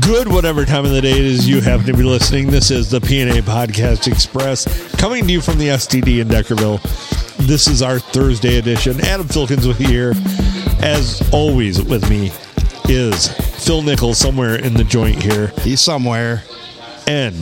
Good, whatever time of the day it is you happen to be listening. This is the PNA Podcast Express coming to you from the STD in Deckerville. This is our Thursday edition. Adam Filkins with you here. As always, with me is Phil Nichols somewhere in the joint here. He's somewhere. And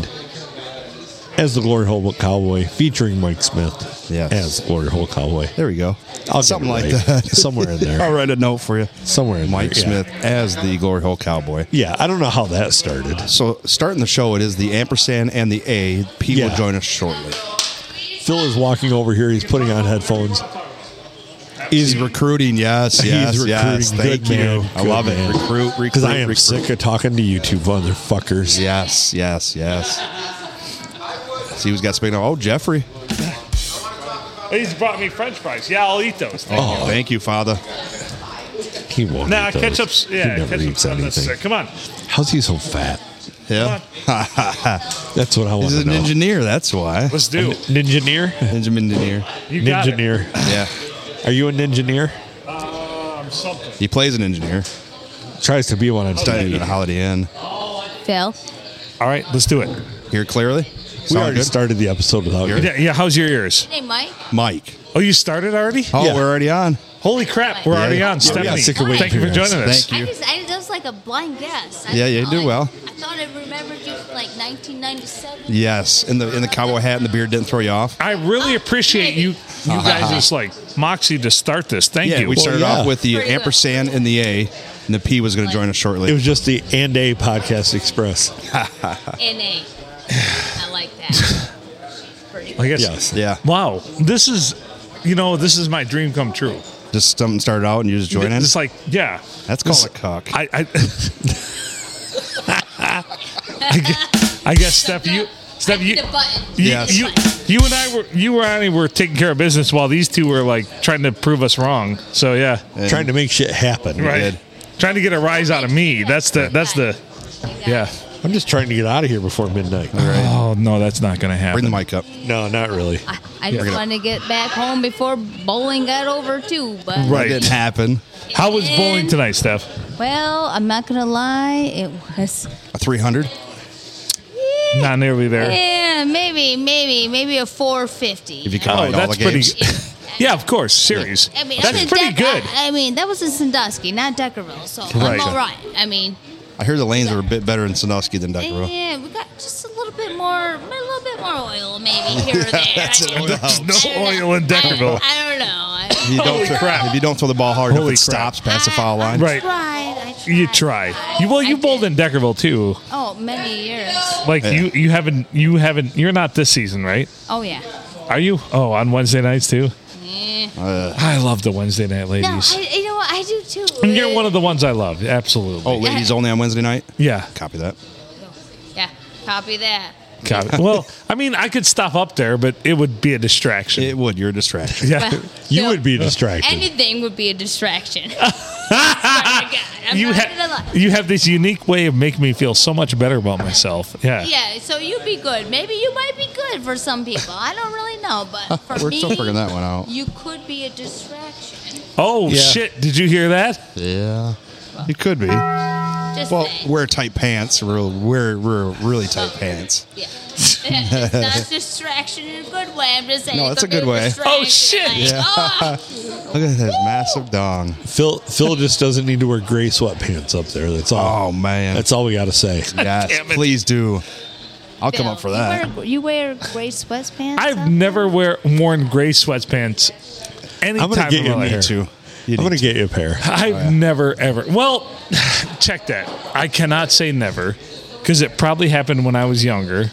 as the Glory Hole Cowboy, featuring Mike Smith Yes. as Glory Hole Cowboy. There we go. I'll get Something it like right. that. Somewhere in there. I'll write a note for you. Somewhere in Mike there, yeah. Smith as the Glory Hole Cowboy. Yeah, I don't know how that started. So starting the show, it is the ampersand and the A. Pete Yeah. will join us shortly. Phil is walking over here. He's putting on headphones. He's recruiting. Yes, yes, He's yes. recruiting. Thank Good you. man. I Good love man. it. Recruit, recruit, Because I am recruit. sick of talking to you two motherfuckers. Yes, yes, yes. See who's got speaking. Oh, Jeffrey. He's brought me French fries. Yeah, I'll eat those. Thank Oh, thank you, Father. He won't. you. Nah, eat those. ketchup's He yeah, never ketchup's eats anything. unnecessary. Come on. How's he so fat? Yeah, That's what I want he's to an know. engineer. That's why. Let's do. Engineer? Ninja engineer. You got it. Engineer. Yeah, Are you an engineer? Oh, I'm something. he plays an engineer. Tries to be one on Studied stage. at Holiday Inn. Phil, All right, let's do it. Hear clearly. We Sound already good? started the episode without you. Yeah, yeah, how's your ears? hey Mike, Mike. Oh, you started already? Oh, Yeah. we're alady on. Holy crap, we're Yeah, already yeah. on. Yeah, Stephanie, yeah, sick of waiting thank you for for you guys. joining us. Thank I you. just, I, that was like a blind guess. I Yeah, you thought do like- well. I thought I remembered you from like 1997. Yes, in the in the cowboy hat and the beard didn't throw you off. I really appreciate you you guys just like moxie to start this. Thank yeah, you. we started yeah. off with the Pretty good. ampersand and the A, and the P was going to join us It shortly. was just the and a podcast express. NA. I like that. Pretty I guess. Yes. Yeah, Wow, this is, you know, this is my dream come true. just something started out and you just join in. It's like, yeah. That's called a cock. I, I, I guess, I guess Steph, you, Steph, I need you, a button. you, Yes. you, you and I were, you and I were taking care of business while these two were like trying to prove us wrong. So yeah, And- Trying to make shit happen. right. did. Trying to get a rise out of me. That's the, that's the, You got yeah. it. I'm just trying to get out of here before midnight. Oh no, that's not gonna Bring the happen. mic up. No, not really. I, I just gonna- wanted to get back home before bowling got over too. But Right. It didn't happen. How was bowling tonight, Steph? Well, I'm not gonna lie, it was. A three hundred. Not nearly there. Yeah, maybe, maybe, maybe a 450. If you know? count Oh, all that's the pretty. games. Yeah, of course, series. I mean, That's I'm in pretty Deck- good. I, I mean, that was in Sandusky, not Deckerville, so Right. I'm all right. I mean, I hear the lanes are a bit better in Sandusky than Deckerville. yeah, we got just a little bit more, a little bit more oil maybe here or there. That's I an oil don't- I don't house. No know. oil in I don't- Deckerville. I, don't know. I, If you don't, Holy throw, crap. if you don't throw the ball hard enough, Holy it crap. stops past the foul line. Right. Tried, I tried. You try. You well, you I bowled in did. Deckerville too. Oh, many years. Like you, you haven't, you haven't. You're not this season, right? Oh yeah. Are you? Oh, on Wednesday nights too. Eh. Uh, I love the Wednesday night No, ladies. I, you know what? I do too. And you're one of the ones I love. Absolutely. oh, ladies only on Wednesday night. yeah. Copy that. Yeah. Copy that. Got it. Well, I mean, I could stop up there, but it would be a distraction. It would. You're a distraction. yeah. Well, You so would be distracted. Anything would be a distraction. I'm you not gonna have lie. you have this unique way of making me feel so much better about myself. Yeah. Yeah, so you'd be good. Maybe you might be good for some people. I don't really know, but for We're me, still figuring that one out. you could be a distraction. Oh Yeah. shit! Did you hear that? Yeah. You could be. Just Well, saying. wear tight pants. We're, we're, we're really tight pants. yeah. it's not distraction in a good way. I'm just saying. No, it that's a could be good way. distraction, Oh, shit. like, Yeah. oh, Look at that massive dong. Phil Phil just doesn't need to wear gray sweatpants up there. That's all. Oh, man. That's all we got to say. yes, Damn it. please do. I'll come Bill, up for that. You wear, you wear gray sweatpants? out I've there? never wear, worn gray sweatpants. Any I'm gonna time get in you my me life. too. Two. You I'm need gonna get you a pair. I've never ever. Well, check that. I cannot say never because it probably happened when I was younger,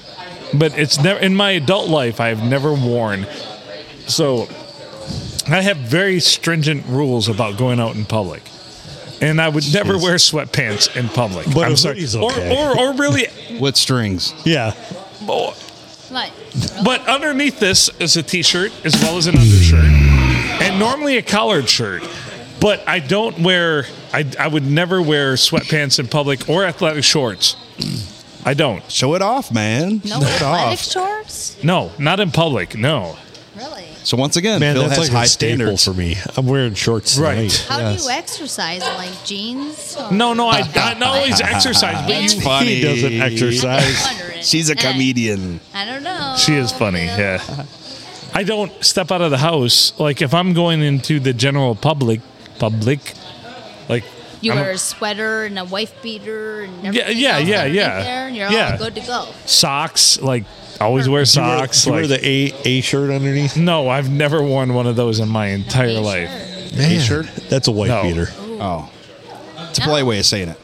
but it's never in my adult life. I've never worn. So I have very stringent rules about going out in public. And I would never wear sweatpants in public. But I'm a sorry. hoodie's Or, okay. or, or really, to- with strings. Yeah. or- Like, but underneath this is a t-shirt as well as an undershirt and normally a collared shirt but i don't wear i, I would never wear sweatpants in public or athletic shorts i don't Show it off, man. no Show it athletic off. shorts? no not in public no Really? So once again, Man, Phil that's has like high a staple standards. for me. I'm wearing shorts Right. tonight. How Yes. do you exercise? Like jeans? or- No, no, I, I not always exercise, but It's you. fun. He doesn't exercise. Wondering. She's a Eh, comedian. I don't know. She is funny. Yeah. I don't step out of the house. Like if I'm going into the general public, public, like You I'm- wear a sweater and a wife beater and Yeah, everything yeah, else yeah, underneath yeah. There, and you're Yeah. all good to go. socks, like always wear Do you wear- socks. do you wear like- the A A shirt underneath? no, I've never worn one of those in my entire Sure. life. Man, shirt? That's a white No. beater. Oh, it's a polite way of saying it.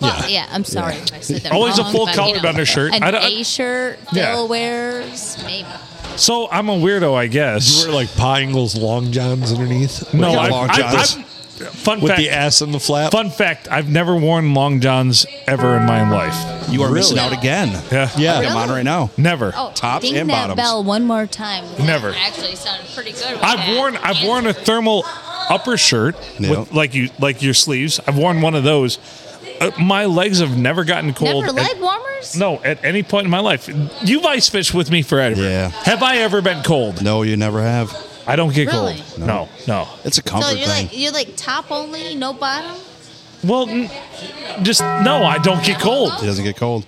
Well, Oh, yeah. I'm sorry if I said that. Always a wrong, full but, colored you know, undershirt. An I don't- A shirt. Yeah. Bill wears maybe. So I'm a weirdo, I You guess. wear like Pingle's long johns underneath. No, With got I've, long I've- johns. I've- fun with fact. the ass in the flap. Fun fact: I've never worn long johns ever in my life. You are missing Really? out again. Yeah, Yeah. I'm on right now. never. Oh, Tops ding and that bottoms. bell one more time. That Never. Actually, sounded pretty good. with I've that. worn I've worn a thermal upper shirt Yep. with like you like your sleeves. I've worn one of those. Uh, my legs have never gotten cold. Never at- leg warmers. no, at any point in my life. You've ice fished with me forever. Yeah. Have I ever been cold? No, you never have. I don't get Really? cold. No, no. It's a comfort So you're thing. like you're like top only, no bottom. Well, n- just no. I don't get cold. it doesn't get cold.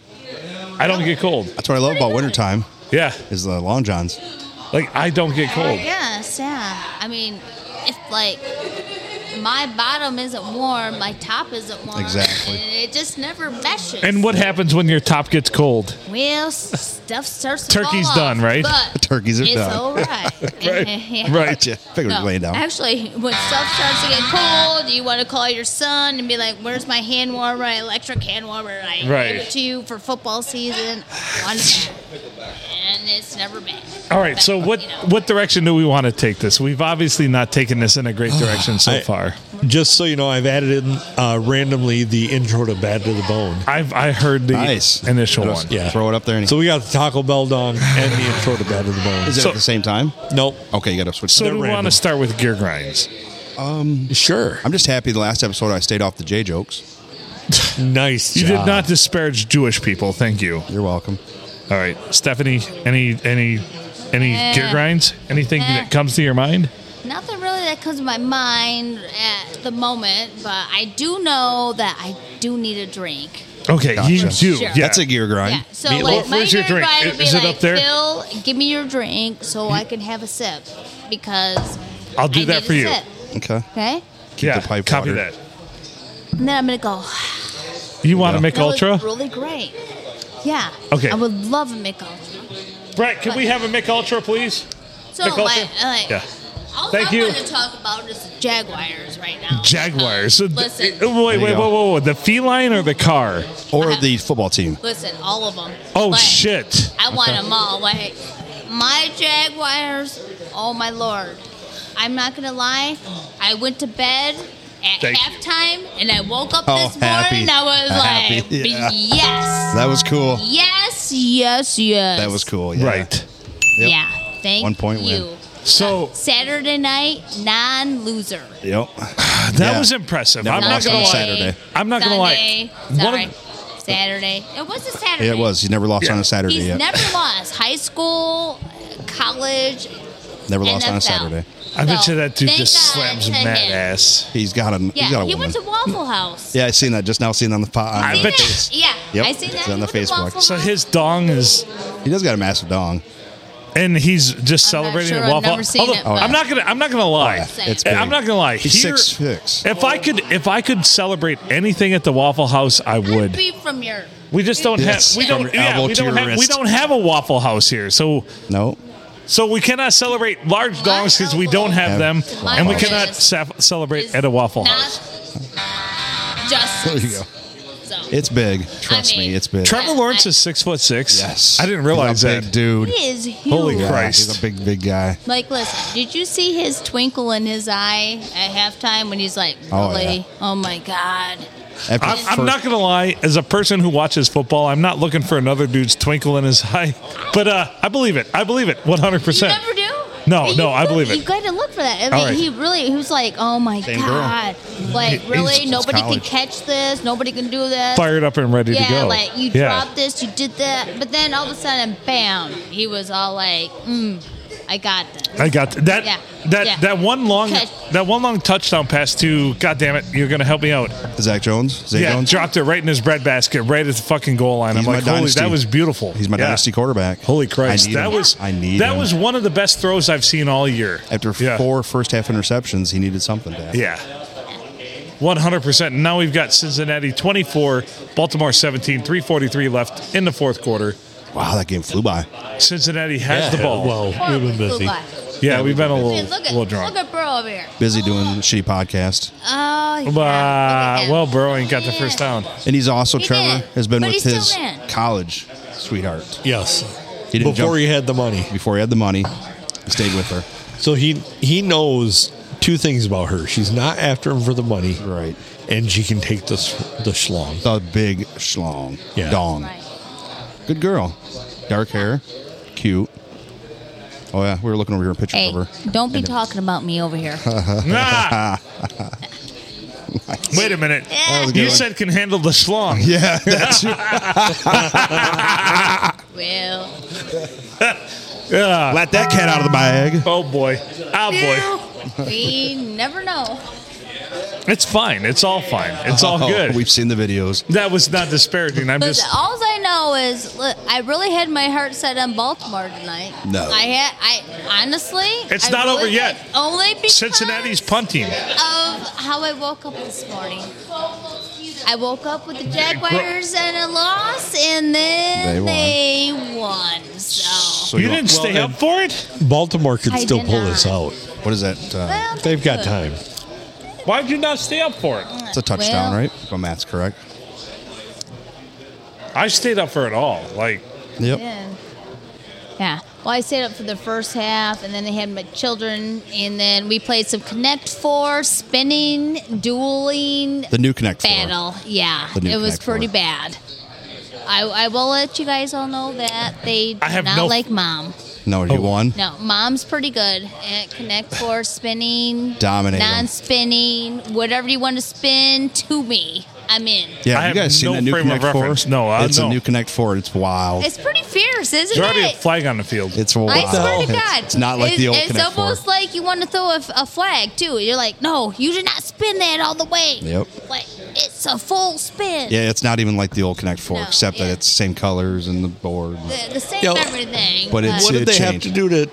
I don't get cold. That's what I love about wintertime Yeah, is the long johns. like I don't get I cold. guess, yeah. I mean, if like my bottom isn't warm, my top isn't warm. Exactly. And it just never meshes. And what happens when your top gets cold? Well, s- stuff starts. To Turkey's fall off, done, right? But Turkeys are it's done. all right. Yeah. Right. Gotcha. Figured No, no, lay down. Actually, when stuff starts to get cold, you want to call your son and be like, "Where's my hand warmer? Electric hand warmer? I Right. gave it to you for football season. I want it back." And it's never back. All right. So what You know. what direction do we want to take this? We've obviously not taken this in a great direction so I- far. Just so you know, I've added in uh, randomly the intro to Bad to the Bone. I've I heard the Nice. initial Throw- one. Yeah. Throw it up there. And So we got the Taco Bell dong and the intro to Bad to the Bone. is it So- at the same time? nope. Okay, you got to switch. So it. do we want random. to start with gear grinds? Sure. I'm just happy the last episode I stayed off the J jokes. Nice. You job. did not disparage Jewish people. Thank you. You're welcome. All right, Stephanie. Any any any Eh. gear grinds? Anything Eh. that comes to your mind? Nothing really that comes to my mind at the moment, but I do know that I do need a drink. Okay, you Gotcha. do. Sure. Yeah. That's a gear grind. Yeah. So Meatloaf, like, my where's your drink? drink? Ride would be Is it like, up there? Phil, give me your drink so I can have a sip because I'll do I that need for a you. Sip, Okay. okay. Keep yeah, the pipe copy watered. that. And then I'm gonna go. You want Yeah. to make That was ultra? really great. Yeah. Okay. I would love a Mick Ultra. Brett, can we have a Mick Ultra, please? So Mick Ultra? like, like Yeah. all Thank I you. want to talk about is the Jaguars right now. Jaguars. Um, listen, Uh, Wait, There wait, you whoa, go. whoa, whoa. The feline or the car? Or the football team. listen, all of them. Oh But shit! I want them all. Like my Jaguars. Oh my lord. I'm not gonna lie. I went to bed at Thank you. halftime and I woke up Oh, this morning. happy. and I was Happy. like, Yeah. yes, That was cool. yes, yes, yes. That was cool. Yeah. Right. Yep. Yeah. Thank One point win. you. So Saturday night non-loser. Yep. that Yeah. was impressive. Never I'm not lost gonna on lie. Saturday. I'm not gonna lie. Sunday. One Sorry. of- Saturday. It was a Saturday. Yeah, it was. He never lost Yeah. on a Saturday He's yet. never lost. High school, college, Never lost on a NFL. Saturday. I bet So, you that dude thank just God slams to mad him. ass. He's got a. he's got Yeah, a he woman. went to Waffle House. yeah, I seen that just now. Seen on the uh, pot. I on bet the you- face. Yeah, Yep, I seen that. it's on He the went to Facebook. Waffle So House. his dong is, He does got a massive dong. and he's just I'm not celebrating sure. at I've Waffle. never seen I'm it, but- not gonna. I'm not gonna lie. yeah, it's I'm big. not gonna lie. He's Here- six six. If I could, if I could celebrate anything at the Waffle House, I would would. be from your. We just don't have. Yes, We from don't. your Yeah, elbow we to don't your have. We wrist. don't have a Waffle House here. So, No. so we cannot celebrate large My dongs because we don't have elbow them, to my and we wrist cannot saf- celebrate at a Waffle Not House. Justice. There you go. So. It's big. Trust I mean- me, it's big. Trevor Lawrence is six foot six. yes. I didn't realize He's a that. big dude. he is huge. Holy crap. Yeah, Christ. he's a big, big guy. Like, listen, did you see his twinkle in his eye at halftime when he's like, Oh, really? Oh, my God. After I'm, the I'm first- not gonna lie. As a person who watches football, I'm not looking for another dude's twinkle in his eye. But uh, I believe it. I believe it. 100. You percent never do? No, You no, I could- believe it. You got to look for that. I mean, All right. he really, he was like, oh my Same girl. God. Like, He- he's- really? it's Nobody can college. catch this. Nobody can do this. Fired up and ready yeah, to go. like you yeah. dropped this, you did that, but then all of a sudden, bam, he was all like, mm, I I got this. I got th- that. Yeah. That Yeah. that one long Okay. that one long touchdown pass to God damn it, you're gonna help me out. Zach Jones. Zach yeah, Jones. dropped it right in his breadbasket, right at the fucking goal line. He's I'm my like, holy, dynasty. that was beautiful. He's my Yeah. dynasty quarterback. Holy Christ. I need That him. was I need that him. was one of the best throws I've seen all year. after Yeah. four first half interceptions, he needed something. To Yeah. 100%. Now we've got Cincinnati 24, Baltimore 17, 343 left in the fourth quarter. Wow, that game flew by. Cincinnati has the ball. Well, Horrible we've been busy. flu-like. yeah, we've been a I little, mean, look at little drunk. look at Burrow over here. Busy doing shitty podcast, Oh, yeah. Bah, well, Burrow ain't got the first down. and he's also He Trevor did, has been but he with still his ran. college sweetheart. yes. He didn't Before jump he had the money. before he had the money. He stayed with her. So he he knows two things about her. She's not after him for the money. Right. And she can take the, sh- the schlong. The big schlong Yeah. dong. Right. Good girl. Dark hair. Cute. Oh yeah, we were looking over here and pictures Hey, of her. don't be talking about me over here. Nah. Wait a minute. That was a You good one. said can handle the schlong. Yeah, that's well, Ah, let that cat out of the bag. oh boy. Oh boy. we never know. It's fine. It's all fine. It's all Oh, good. We've seen the videos. That was not disparaging. I'm But just all I know is, look, I really had my heart set on Baltimore tonight. No. I had. I honestly, It's I not really over yet. did. Only because Cincinnati's punting. of how I woke up this morning. I woke up with the Jaguars and a loss, and then They they won. so. So You didn't well, stay up for it? Baltimore could I still did pull not. this out. What is that? Uh, Well, They've got good. time. Why'd you not stay up for it? it's a touchdown, Well, right? If my math's correct. I stayed up for it all. Like, Yep. Yeah. Yeah. Well, I stayed up for the first half, and then they had my children, and then we played some Connect Four, spinning, dueling The new Connect Four. battle. Yeah, The new it was Connect Four. pretty bad. I, I will let you guys all know that they do I have not no- like mom. No, Oh. you won. No, mom's pretty good at Connect Four spinning, Dominate 'em. non-spinning, whatever you want to spin to me. I'm in. Yeah, I you have guys seen no that new frame of Connect Four? reference. No, I it's know. a new Connect Four. It's wild. It's, It's pretty fierce, isn't there's already a it? flag on the field. wild. I swear to It's- God, it's, not like the old It's Connect almost Four. like you want to throw a, f- a flag too. You're like, no, you should not spin that all the way. Yep. Like it's a full spin. yeah, it's not even like the old Connect Four, No, except that yeah. it's same colors and the board. The, the same Yo, everything. but it's- What It did they have changed. to do to?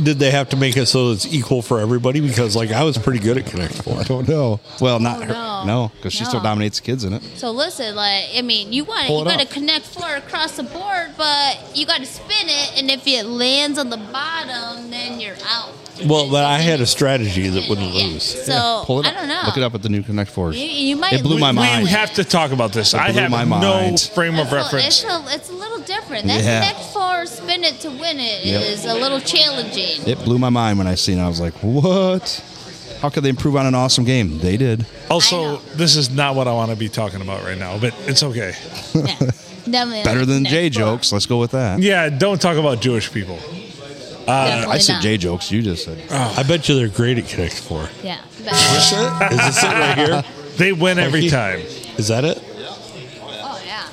Did they have to make it so it's equal for everybody? Because like I was pretty good at Connect Four. don't know. Well, not Oh, her. no. No, because she still No. dominates kids in it. so listen, like I mean, you want Pull you it got to up. connect four across the board, but you got to spin it, and if it lands on the bottom, then you're out. Well, but I had a strategy that wouldn't Yeah. lose. So Pull it Oh, I up. don't know. Look it up at the new Connect Four. You, you might. It blew lose. my we mind. have to talk about this. I blew have my no mind. frame of It's a- reference. It's a, it's a little different. That Yeah. connect four spin it to win it is Yep. a little challenging. It blew my mind when I seen it. I was like, what? How could they improve on an awesome game? They did. I Also, know. this is not what I want to be talking about right now, but it's okay. Yeah. Definitely Better not than connect J four. jokes. Let's go with that. Yeah, don't talk about Jewish people. Definitely Uh, I said not. J jokes. You just said. I bet you they're great at Connect Four. Yeah. But, Is this it right here? They win every you. time. Is that it? oh yeah.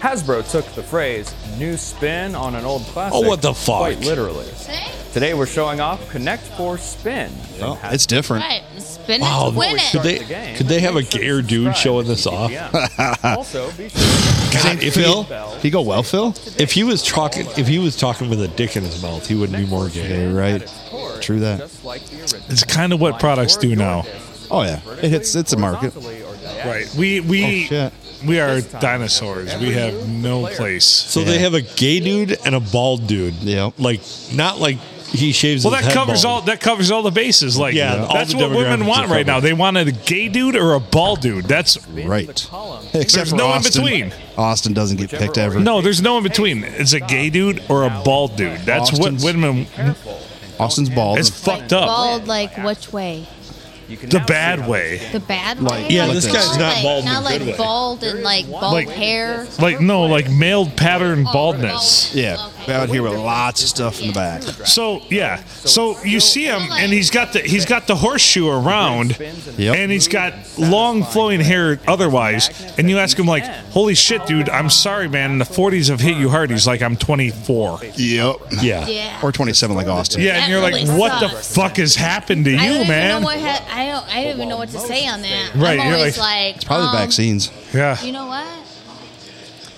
Hasbro took the phrase new spin on an old classic. Oh, what the fuck? Quite literally. See? Today we're showing off Connect 4 Spin. from Oh, Hasbro. it's different. Right. Spin it Wow, to win could it. they- The game. could they have a Make sure to gayer dude subscribe showing to this off? TPM. also, be sure to God, Saint if Phil. he, He go well, Phil. if he was talking, if he was talking with a dick in his mouth, he wouldn't be more Spin gay. You're right. at its core True that. just like the original. It's kind of what products do now. Oh, yeah. It hits- it's a market. Vertically, horizontally, or diagonally. Right. We we shit. we are dinosaurs. We have no place. So they have a gay dude and a bald dude. Yep. Like not like he shaves. Well, his that head covers bald. all that covers all the bases. Like Yeah, all that's the what women demographics want are right now. covered. They want a gay dude or a bald dude. That's Right. Except There's no in between. Austin doesn't get picked ever. no. There's no in between. It's a gay dude or a bald dude. That's Austin's- what women. Austin's bald. It's fucked up. Bald like which way? The bad way. The bad Like- way? Yeah, this guy's bald, not like, bald in Not a good like way. bald and like bald Like- hair. Oh, Like no, like male pattern baldness. Yeah. Okay. They're out here with lots of stuff in the back. So yeah, so you see him, and he's got the he's got the horseshoe around, Yep. and he's got long flowing hair otherwise. And you ask him like, "Holy shit, dude! I'm sorry, man. The 40s have hit you hard." He's like, "I'm 24." Yep. Yeah, Yeah. Or 27 like Austin. yeah, and you're like, That really "What the sucks. fuck has happened to you, I don't even man?" know what ha- I don't. I don't even know what to say on that. Right, I'm you're always like- like, Probably um, vaccines. Yeah, You know what?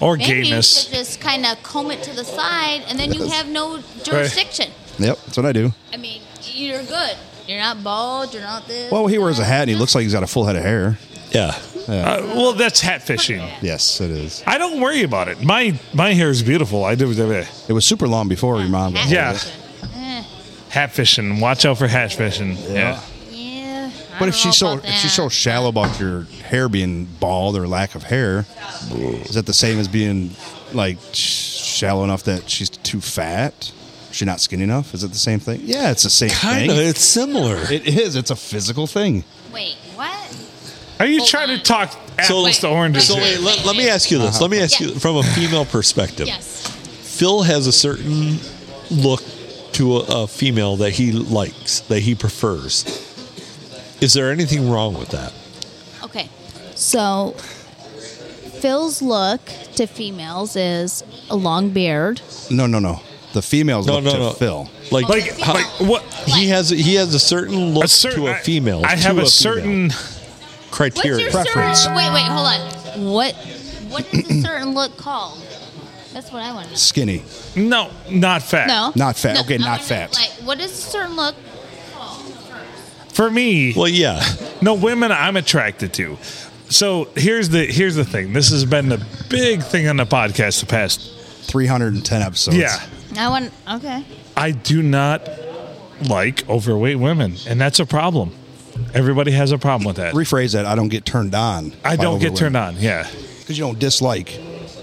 or Maybe you gayness. should just kind of comb it to the side, and then you Yes. have no jurisdiction. Yep, that's what I do. I mean, you're good. You're not bald. You're not this. Well, he wears a hat and he looks like he's got a full head of hair. Yeah. Uh, well, that's hat fishing. Yes, it is. I don't worry about it. My my hair is beautiful. I do It was super long before your mom. Hat Yeah. fishing. Eh, hat fishing. Watch out for hat fishing. Yeah. yeah. I But don't if she's know so about if she's that. so shallow about your hair being bald or lack of hair, is that the same as being like sh- shallow enough that she's too fat? She's not skinny enough. Is it the same thing? Yeah, it's the same Kind of. thing. It's similar. It is. It's a physical thing. Wait, what? Are you Hold trying on. to talk apples to oranges? So here? wait, let, let me ask you this. Let me ask you Yeah. from a female perspective. Yes. Phil has a certain look to a, a female that he likes, that he prefers. Is there anything wrong with that? Okay. So, Phil's look to females is a long beard. No, no, no. The females No, look no, to no. Phil. Like, like, How- like what? he has he has a certain look A certain, to a female. I, I have to a, female certain. What's your criteria. preference. certain? Wait, wait, hold on. What? What is a certain look called? That's what I want to know. Skinny. No, not fat. No. Not fat. No, Okay, I not wanna know, fat. Like, what is a certain look? For me, Well, yeah, no women I'm attracted to. So here's the here's the thing. This has been the big thing on the podcast the past. 310 episodes. Yeah, I want. Okay. I do not like overweight women, and that's a problem. Everybody has a problem with that. Rephrase that. I don't get turned on. I don't get turned on. Yeah. Because you don't dislike.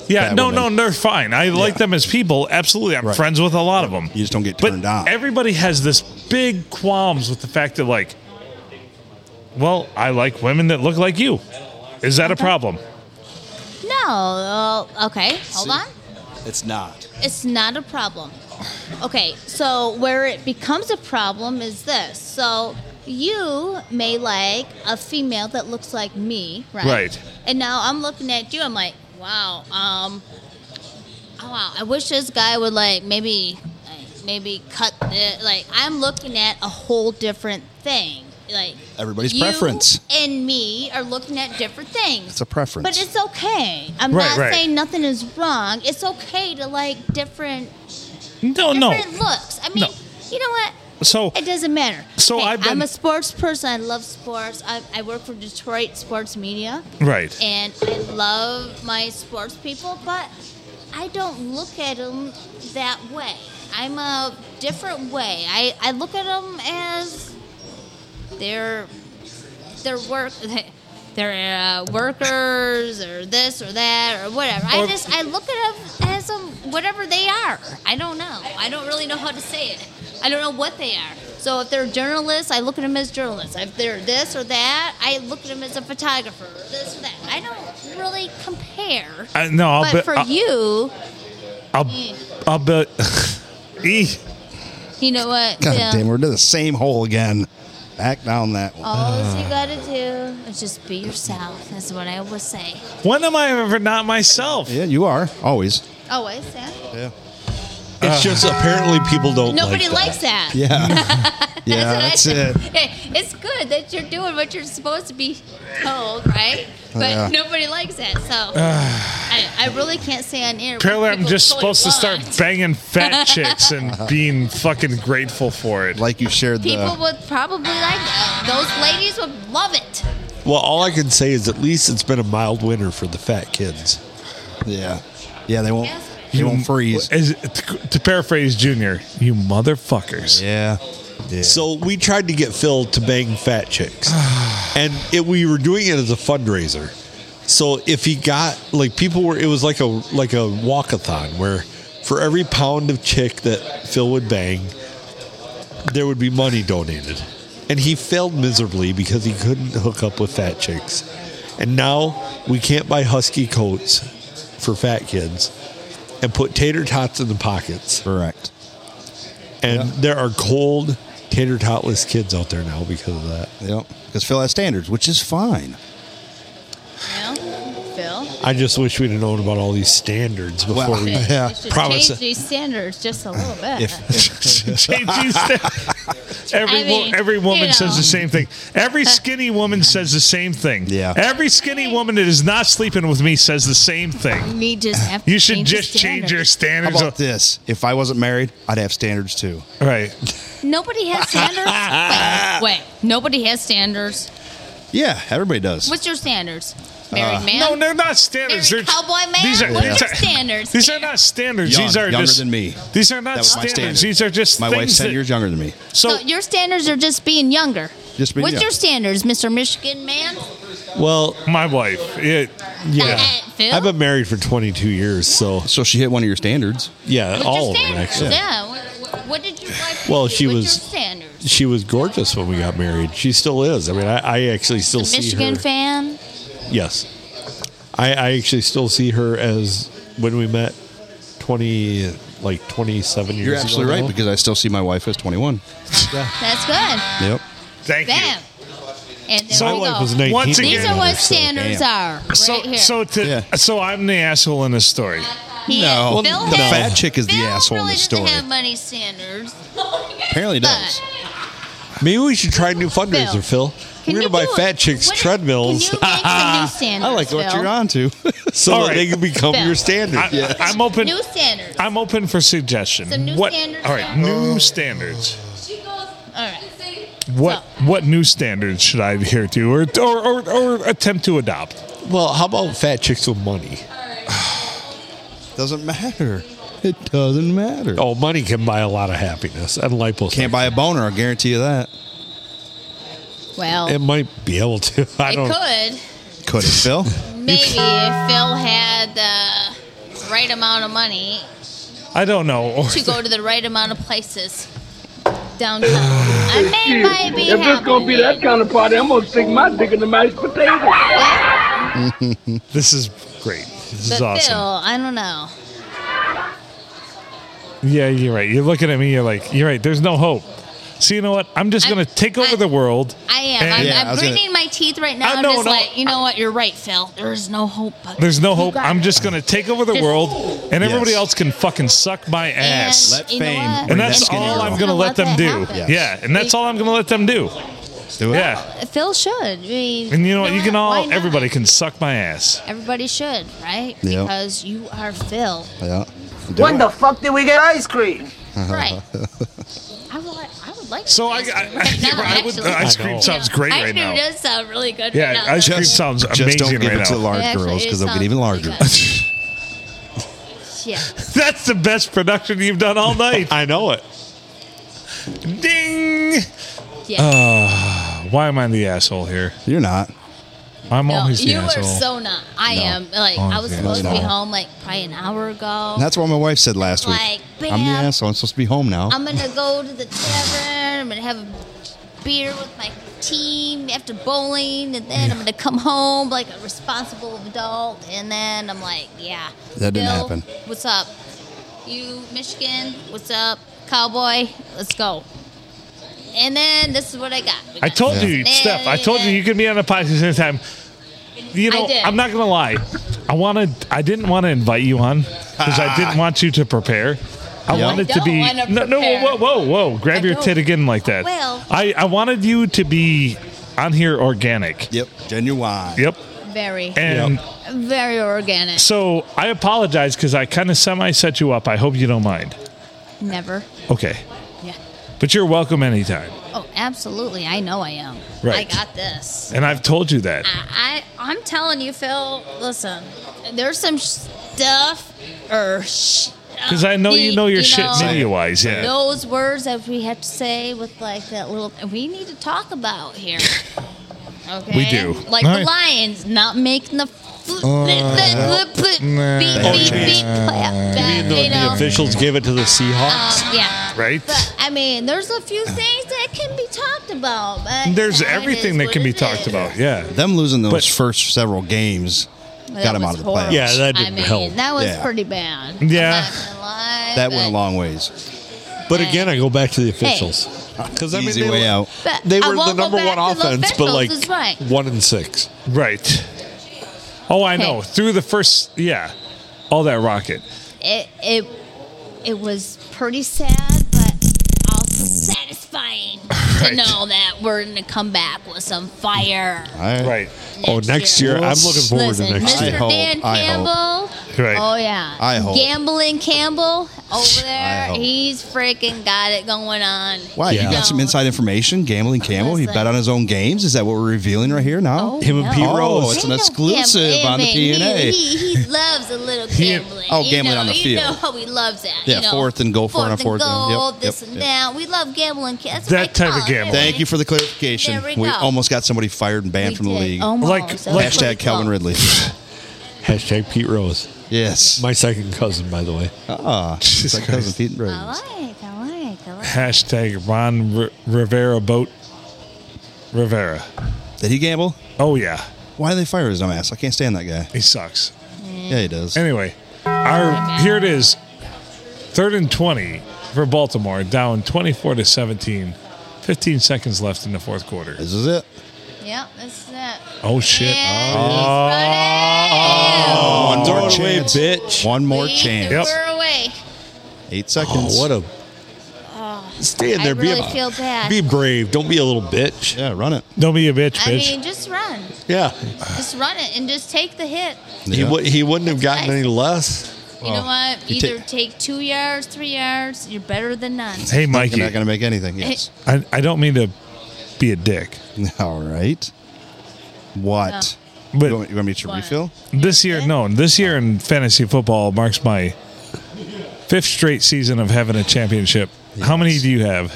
Yeah, bad no, women. no, they're fine. I like them as people. Absolutely, I'm Right. friends with a lot of them. You just don't get but turned on. Everybody has this big qualms with the fact that, like, well, I like women that look like you. Is that a problem? No. Uh, okay. Hold on. It's not. It's not a problem. Okay, so where it becomes a problem is this. So you may like a female that looks like me, right? Right. And now I'm looking at you. I'm like, wow. Um, oh, wow. I wish this guy would like maybe, like, maybe cut the like. I'm looking at a whole different thing. Like Everybody's you preference. and me are looking at different things. It's a preference. But it's okay. I'm Right, not right. saying nothing is wrong. It's okay to like different No, no. different looks. I mean, No. you know what? So It doesn't matter. So hey, I've been- I'm a sports person. I love sports. I, I work for Detroit Sports Media, right. and I love my sports people. But I don't look at them that way. I'm a different way. I, I look at them as they're their work they're uh, workers or this or that or whatever i Or- just i look at them as um, whatever they are i don't know i don't really know how to say it i don't know what they are so if they're journalists i look at them as journalists if they're this or that i look at them as a photographer or this or that i don't really compare I, no, I'll but bet. for I'll, you I'll, I'll bet. Eh. you know what God Phil? damn, we're to the same hole again. Back down that one. all you gotta do is just be yourself that's what i always say when am I ever not myself? yeah, you are always. always yeah Yeah. Uh. it's just apparently people don't. nobody like likes that Yeah. yeah, That's that's what I it. said. It's good that you're doing what you're supposed to be told, right? But Oh, Yeah. nobody likes that, so I, I really can't say on air. Apparently, what I'm people just really supposed to start want. banging fat chicks and being fucking grateful for it. Like you shared the. People would probably like that. Those ladies would love it. Well, all I can say is at least it's been a mild winter for the fat kids. yeah. Yeah, they won't. Yes. They won't freeze. As, to, to paraphrase Junior, you motherfuckers. Yeah. Yeah. So we tried to get Phil to bang fat chicks, and it, we were doing it as a fundraiser. So if he got like people were, it was like a like a walkathon where for every pound of chick that Phil would bang, there would be money donated, and he failed miserably because he couldn't hook up with fat chicks, and now we can't buy husky coats for fat kids. and put tater tots in the pockets. Correct. And there are cold tater totless kids out there now because of that. Yep. Because Phil has standards, which is fine. You know, Phil. I just wish we'd have known about all these standards before Well, we. Mm, Yeah. You should Promise. change these standards just a little bit. Change these things. every, I wo- mean, every you woman says know. the same thing. Every skinny woman says the same thing. Yeah. Every skinny woman that is not sleeping with me says the same thing. We just have to You should change the just change your standards. How standards. Oh, about this? If I wasn't married, I'd have standards too. Right. Nobody has standards. wait, wait, nobody has standards. Yeah, everybody does. What's your standards? Uh, Married man. No, they're not standards. They're They're cowboy man. What are your standards, These are man? not standards. Young- these are younger just, than me. These are That not was my standards. standard. These are just My things wife's ten that- years younger than me. So So your standards are just being younger. Just being What's young. your standards, Mr. Michigan man? Well, my wife, it, yeah. Phil? I've been married for 22 years, so So she hit one of your standards. yeah, What's all of your them standards? actually. Yeah. What, what- what did you like? Well, she What's was- your standards. She was gorgeous when we got married. She still is. I mean, I, I actually still see Michigan her. fan. Yes. I, I actually still see her as when we met 20, like 27 years You're ago absolutely right now. because I still see my wife as 21. That's good. Yep. thank Bam. And there My we wife go. was 19. Once again- These are what so- standards are. Right you. So, here. so, to, Yeah. so I'm the asshole in this story. He- No. Phil The has- fat chick is the Phil asshole in really the doesn't story. have money standards. Apparently does. Maybe we should try a new fundraiser, Phil. Can We're you going to buy do it? fat chicks What- treadmills Can you make some new I standards? like what Phil? you're on to. so All that right. they can become Phil. your standard. I, I'm open. New standards. I'm open for suggestion. Some new what? standards All right, now. new standards. All right. What? What new standards should I adhere to, or or or, or attempt to adopt? Well, how about fat chicks with money? doesn't matter. It doesn't matter. Oh, money can buy a lot of happiness and lipo. Can't buy a boner. I guarantee you that. Well, It it, might be able to. I don't. could. Could it, Phil? Maybe if Phil had the right amount of money I don't know. Oh, Or, to go to the right amount of places downtown. I may might be If it's gonna be that kind of party, I'm gonna stick my dick in the mashed potatoes. this is great. This But is awesome. Phil, I don't know. Yeah, you're right. You're looking at me. You're like, you're right. There's no hope. So you know what? I'm just I'm- gonna take over I- the world. I am. I'm, Yeah, I'm I was gonna- gritting my teeth right now. I I'm know, just no, like, you know what? You're right, Phil. There is no hope. But There's no you hope. got I'm it. just gonna take over the world, and everybody Yes. else can fucking suck my And ass. Let you know fame what? bring and that that's skinny all girl. I'm gonna let them Let that do. happen. Yeah, and that's all I'm gonna let them do. Do it. Yeah, Phil should. We, and you know what? You can why all. not? Everybody can suck my ass. Everybody should, right? Yeah. Because you are Phil. Yeah. Do When it. the fuck did we get ice cream? Right. I would like. I would like. So I, I, some I, ice cream right now, I would, actually. ice cream know. sounds great ice right cream now. does sound really good. Yeah, right now. ice cream That's- sounds Just don't amazing give right it to now. large Actually, girls it because they'll get sounds even larger. pretty good. Yeah. That's the best production you've done all night. I know it. Ding! Yeah. Oh, Why am I the asshole here? You're not. I'm no, always the you asshole. are so not. I No. am. Like I Always was the supposed to be asshole. home like probably an hour ago. That's what my wife said last week. Like, I'm the bam. asshole. I'm supposed to be home now. I'm gonna go to the tavern. I'm gonna have a beer with my team after bowling, and then I'm gonna come home like a responsible adult. And then I'm like, yeah, That didn't Bill, happen. What's up, you Michigan? What's up, cowboy? Let's go. And then this is what I got. We I got told Yeah. you, Steph. I told you you could be on a podcast anytime. You I know, did. I'm not gonna lie. I wanted. I didn't want to invite you on because I didn't want you to prepare. I Yeah. wanted I to be don't no, wanna no, prepare. whoa, whoa, whoa! Grab I your don't. tit again like that. Well- I I wanted you to be on here organic. Yep. Genuine. Yep. very, And very organic. so I apologize because I kind of semi set you up. I hope you don't mind. Never. Okay. Yeah. But you're welcome anytime. Oh, absolutely. I know I am. Right. I got this. And I've told you Ah. that. I, I I'm telling you, Phil. Listen, there's some stuff or because Because I know you know your shit media wise. Yeah. Those words that we have to say with like that little we need to talk about here. Okay, We do. Like All right. the lions not making the. Beep, beep, beep, beep, clap back, Even though the you know. officials gave it to the Seahawks. Um, yeah. Right? But I mean, there's a few things that can be talked about. But There's that is everything that what can be it talked is. about. Yeah. Them losing those But- first several games Got him out was of the horrible. playoffs. Yeah, that I didn't mean, help. that was Yeah. pretty bad. Yeah. I'm not gonna lie, that went a but- long ways. But again, I go back to the officials because Uh, I mean Easy they way were, out. But They I were the won't go number back one to the offense, but officials, like is right. one and six. Right. Oh, I know. Okay. Through the first, yeah, all that rocket. it it it was pretty sad, but also satisfying Right. to know that we're gonna come back with some fire. All right. Right. Oh, next year I'm looking forward Listen, to next Mr. year. hope, Dan I hope. Campbell. Right. Oh yeah. I hope. Gambling Campbell over I there. hope. He's freaking got it going on. Why? Yeah. You got some inside information? Gambling Campbell? He Listen. bet on his own games? Is that what we're revealing right here now? Oh, Him and no. Pete Oh, Rose. it's an They don't exclusive gamble. on the He- P&A. He, he, loves a little He- gambling. oh, You gambling know- on the You field. know how he loves that. Yeah, you know? fourth and goal, four and a fourth and- yep, goal, yep, this and yep. that. We love gambling. That's That what they type of call it, gambling. anyway. Thank you for the clarification. There We, we go. almost got somebody fired and banned We from the did. Oh league. Almost. Like- That was like- pretty Hashtag Calvin close. Ridley. Hashtag Pete Rose. yes. My second cousin, by the way. Ah, it's like cousin Pete and I Rose. like, I like, I like. Hashtag Ron R- Rivera boat. Rivera. Did he gamble? Oh yeah, Why did they fire his dumbass? I can't stand that guy. he sucks. Yeah, he does. Anyway, our here it is, third and twenty for Baltimore, down twenty-four to 17. 15 seconds left in the fourth quarter. This is it. Yep, that's that. Oh shit! And Oh. One Throw more it away, chance. bitch. One Oh, more he's running. chance. Yep. We're away. Eight Oh, seconds. what a. Stand I there. be, really a, feel bad. be brave. Don't be a little bitch. Yeah, run it. Don't be a bitch, I bitch. mean, just run. Yeah. Just run it and just take the hit. He, Yeah. wou- he wouldn't have gotten Nice. any less. You know what? Oh. you Either take- take two yards, three yards. You're better than none. hey, You're Mikey. not going to make anything. Yes. I, I don't mean to be a dick, All right. What? but You, want, you want me to Oh. What? refill? This year, no. This year in fantasy football marks my fifth straight season of having a championship. How many do you have?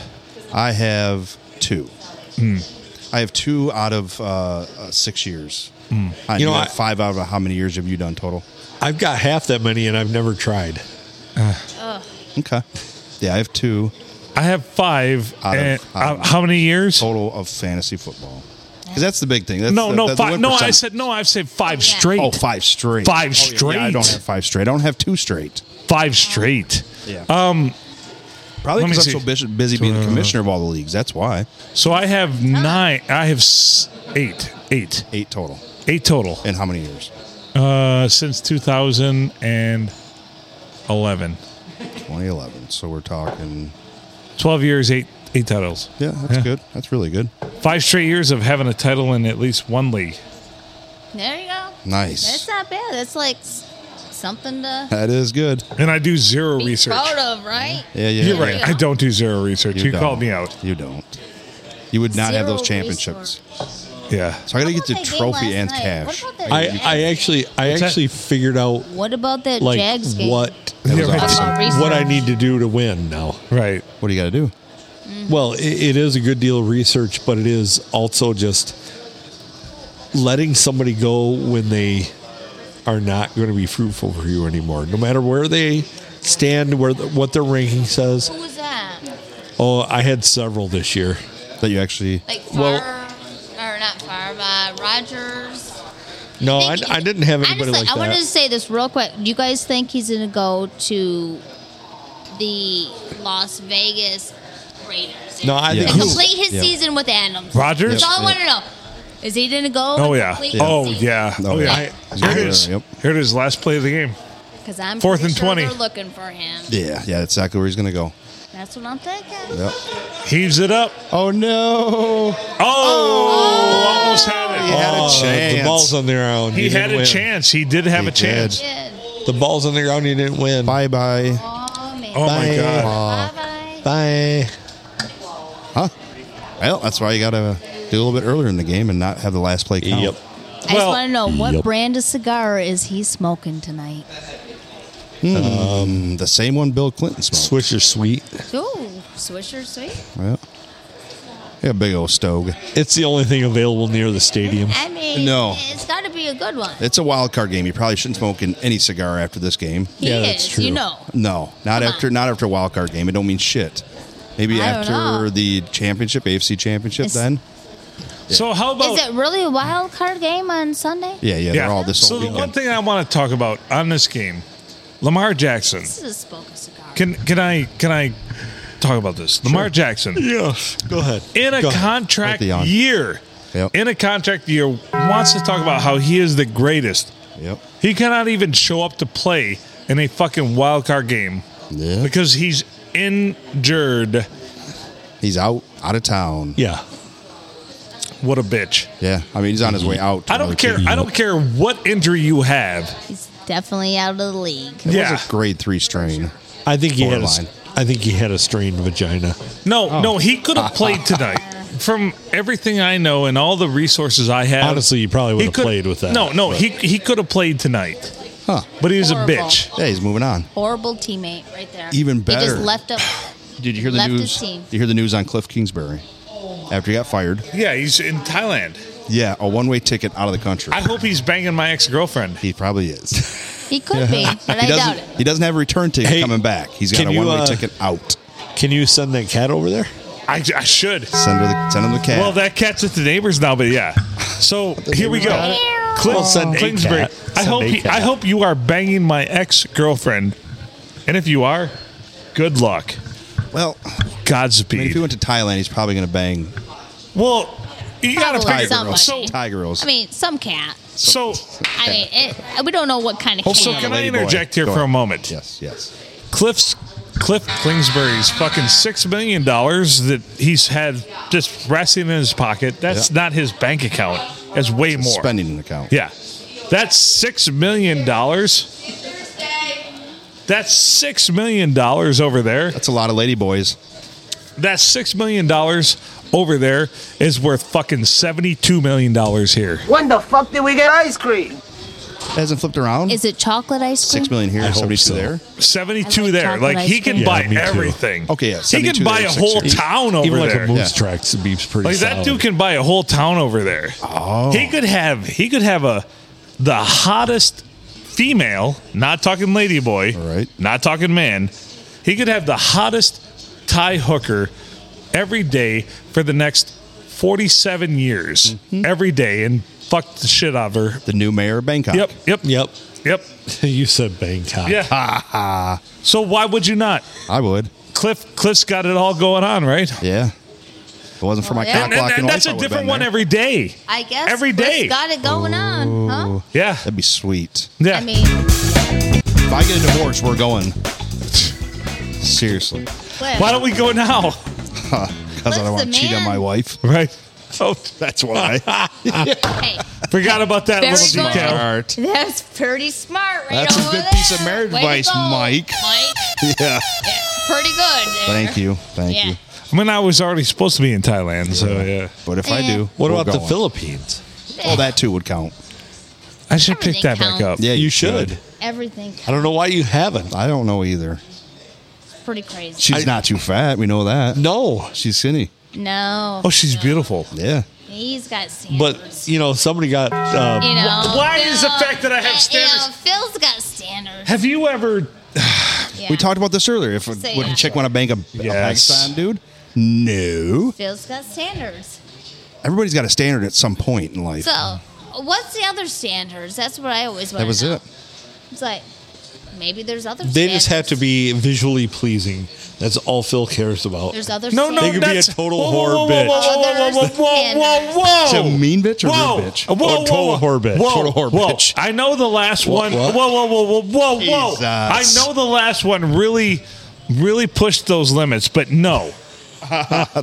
I have two. Hmm. I have two out of uh, uh, six years. I, Hmm. You you know, know, I- five out of how many years have you done total? I've got half that many and I've never tried. Okay. Yeah, I have two I have five. Out of- and, out of- uh, how many years? total of fantasy football. Because that's the big thing. That's No, the- no, that's the five. win No, I percentage. said no. I've said five yeah. straight. Oh, five straight. Five Oh, yeah, yeah, I don't straight. have five straight. I don't have two straight. Five straight. Yeah. Um, Probably let me because I'm see. so busy, busy being the Uh, commissioner of all the leagues. That's why. So I have nine. I have s- eight. Eight. Eight total. Eight total. In how many years? Uh, since 2011. 2011. So we're talking. 12 years, eight eight titles. Yeah, that's good. That's really good. Five straight years of having a title in at least one league. There you go. That's Nice. not bad. That's like s- something to That is good. And I do zero be research. proud of, right? Yeah, yeah. You're yeah. right. I don't do zero research. You, don't. called me out. You don't. You would not have Zero those championships. Yeah. So I got to get How about the that game trophy last and night? cash. What about that- I, I actually I What's that? actually figured out What about that like Jags game? what That was Yeah, right. awesome. About research? what I need to do to win now. Right. What do you got to do? Mm-hmm. Well, it, it is a good deal of research, but it is also just letting somebody go when they are not going to be fruitful for you anymore, no matter where they stand, where the, what their ranking says. Who was that? Oh, I had several this year. That you actually. Like Favre, Well- or not Favre, uh, Rogers. No, Oh, I, I didn't have anybody Honestly, like I wanted to that. say this real quick. Do you guys think he's going to go to the Las Vegas Raiders? No, I Yeah. think and Who? complete his Yeah. season with Adams. Rogers? That's all I Yeah. want to know. Is he going to go? Oh yeah. Oh yeah. No, Oh yeah. yeah. Here Yeah, it is. yep. Here it is. Last play of the game. Because I'm Fourth pretty and sure 20. They're looking for him. Yeah, yeah, that's exactly where he's going to go. That's what I'm thinking. Yep. Heaves it up. Oh, no. Oh, almost had it. Yeah. had a Oh, the chance. ball's on the ground. He you had didn't a win. chance. He did have He a chance. Good. The ball's on the ground. You didn't win. Bye bye. Oh man. Oh my Bye. god. Bye bye. Bye. Huh? Well, that's why you got to do a little bit earlier in the game and not have the last play count. Yep. I just Well- want to know what Yup. brand of cigar is he smoking tonight? Um, the same one Bill Clinton smoked. Swisher sweet. Ooh, Swisher Sweet. Yeah. Yeah, big old stogue. It's the only thing available near the stadium. I mean, No. it's got to be a good one. It's a wild card game. You probably shouldn't smoke in any cigar after this game. He Yeah, that's is, you true. know. No, not Come on. after not after a wild card game. It don't mean shit. Maybe I don't know. after the championship, AFC championship. It's- then So how about Is it really a wild card game on Sunday? Yeah, yeah, they're all this so whole the weekend. one thing I want to talk about on this game, Lamar Jackson. This is a smoke a cigar. Can can I can I talk about this? Lamar Jackson Yes. Go ahead. in a Go ahead. contract Right beyond. year, Yep. in a contract year, wants to talk about how he is the greatest. yep. He cannot even show up to play in a fucking wild card game Yeah. because he's injured. He's out, out of town. Yeah. What a bitch! Yeah. I mean, he's on his way out. to Mm-hmm. I don't another care. team. I don't care what injury you have. He's definitely out of the league. It yeah. was a grade three strain. I think he had. A, s- Borderline. I think he had a strained vagina. No, no, he could have played tonight. From everything I know and all the resources I have, Honestly, you probably would he have could- played with that. No, no, he he could have played tonight, Huh. but he's Horrible. a bitch. Yeah, he's moving on. Horrible teammate right there. Even He better. just left up. Did you hear the Left his news? team. You hear the news on Cliff Kingsbury after he got fired? Yeah, he's in Thailand. Yeah, a one way ticket out of the country. I hope he's banging my ex girlfriend. he probably is. He could be, but I he doubt doesn't. it. He doesn't have a return ticket Hey, coming back. He's got can a you, one way uh, ticket out. Can you send that cat over there? I, I should. Send her the send him the cat. Well, that cat's at the neighbors now, but yeah. So here we neighbors go. got Clin- Well, send a Clinsbury. cat. I Send hope a he, cat. I hope you are banging my ex girlfriend, and if you are, good luck. well, I mean, if Godspeed. he went to Thailand, he's probably going to bang well, you gotta Probably figure. somebody. So Tiger Girls. I mean, some cat. so I mean, it, we don't know what kind of Oh, cat. so can I Lady boy. interject here Go for a ahead. moment? yes, yes. Cliff's Cliff Kingsbury's fucking six million dollars that he's had just resting in his pocket. That's Yeah. not his bank account. That's way more. Spending an account. Yeah. That's six million dollars. That's six million dollars over there. That's a lot of lady boys. That six million dollars over there is worth fucking seventy-two million dollars here. When the fuck did we get ice cream? Hasn't flipped around. Is it chocolate ice cream? Six million here, I hope seventy-two so. there. Seventy-two I like there. chocolate Like he ice can cream. buy Yeah, me too. everything. Okay, yeah, He can 72 buy there, a six whole years. town over Even like there. a moose Yeah. track beef's pretty. Like that solid. dude can buy a whole town over there. Oh. He could have he could have a the hottest female, not talking lady boy, All right. not talking man. He could have the hottest Thai hooker every day for the next 47 years. Mm-hmm. Every day and fuck the shit out of her. The new mayor of Bangkok. Yep, yep, Yep. yep. you said Bangkok. Yeah. So why would you not? I would. Cliff Cliff's got it all going on, right? Yeah. If it wasn't for my Oh, yeah. cock And, and- blocking. and that's a wife, I would've different been one there. every day. I guess Every Cliff's day. Got it going on, huh? Yeah. That'd be sweet. Yeah. I mean, If I get a divorce, we're going. Seriously, Cliff, why don't we go now? because I Listen, don't want to cheat on man. my wife. Right. Oh, That's why. hey, forgot about that Very little good. detail. Smart. that's pretty smart, right? That's a over good there. piece of marriage Way to advice, go, Mike. Mike, Yeah. pretty good. there. Thank you. Thank Yeah. you. I mean, I was already supposed to be in Thailand, so yeah. But if I do, What we're about the going. Philippines? Oh, that too would count. I should pick Everything that back up. counts. Yeah, you should. Everything I don't know why you haven't. I don't know either. pretty crazy. She's not too fat. We know that. No, She's skinny. No, Oh, she's beautiful. Yeah. he's got standards. but you know somebody got. uh, Um, you know, Why is the fact that I have uh, standards- You know, Phil's got standards. Have you ever? Yeah. We talked about this earlier. If Say would a yeah. chick want to bang a, a Yes. Pakistan dude? No. Phil's got standards. Everybody's got a standard at some point in life. So, what's the other standards? That's what I always want. that was know. it. It's like maybe there's other. they just have standards. to be visually pleasing. That's all Phil cares about. There's other. No, no, They could be a that's total whoa, whoa, whore whoa, Whoa, whoa, bitch. whoa, whoa, whoa, whoa, whoa, Is whoa! it a mean bitch or rude whoa. bitch? Whoa, Or whoa, total whoa. whore bitch. Whoa, Total whore whoa. bitch. I know the last Wha- one. what? Whoa, whoa, whoa, whoa, whoa, whoa! Jesus. I know the last one really, really pushed those limits, but no,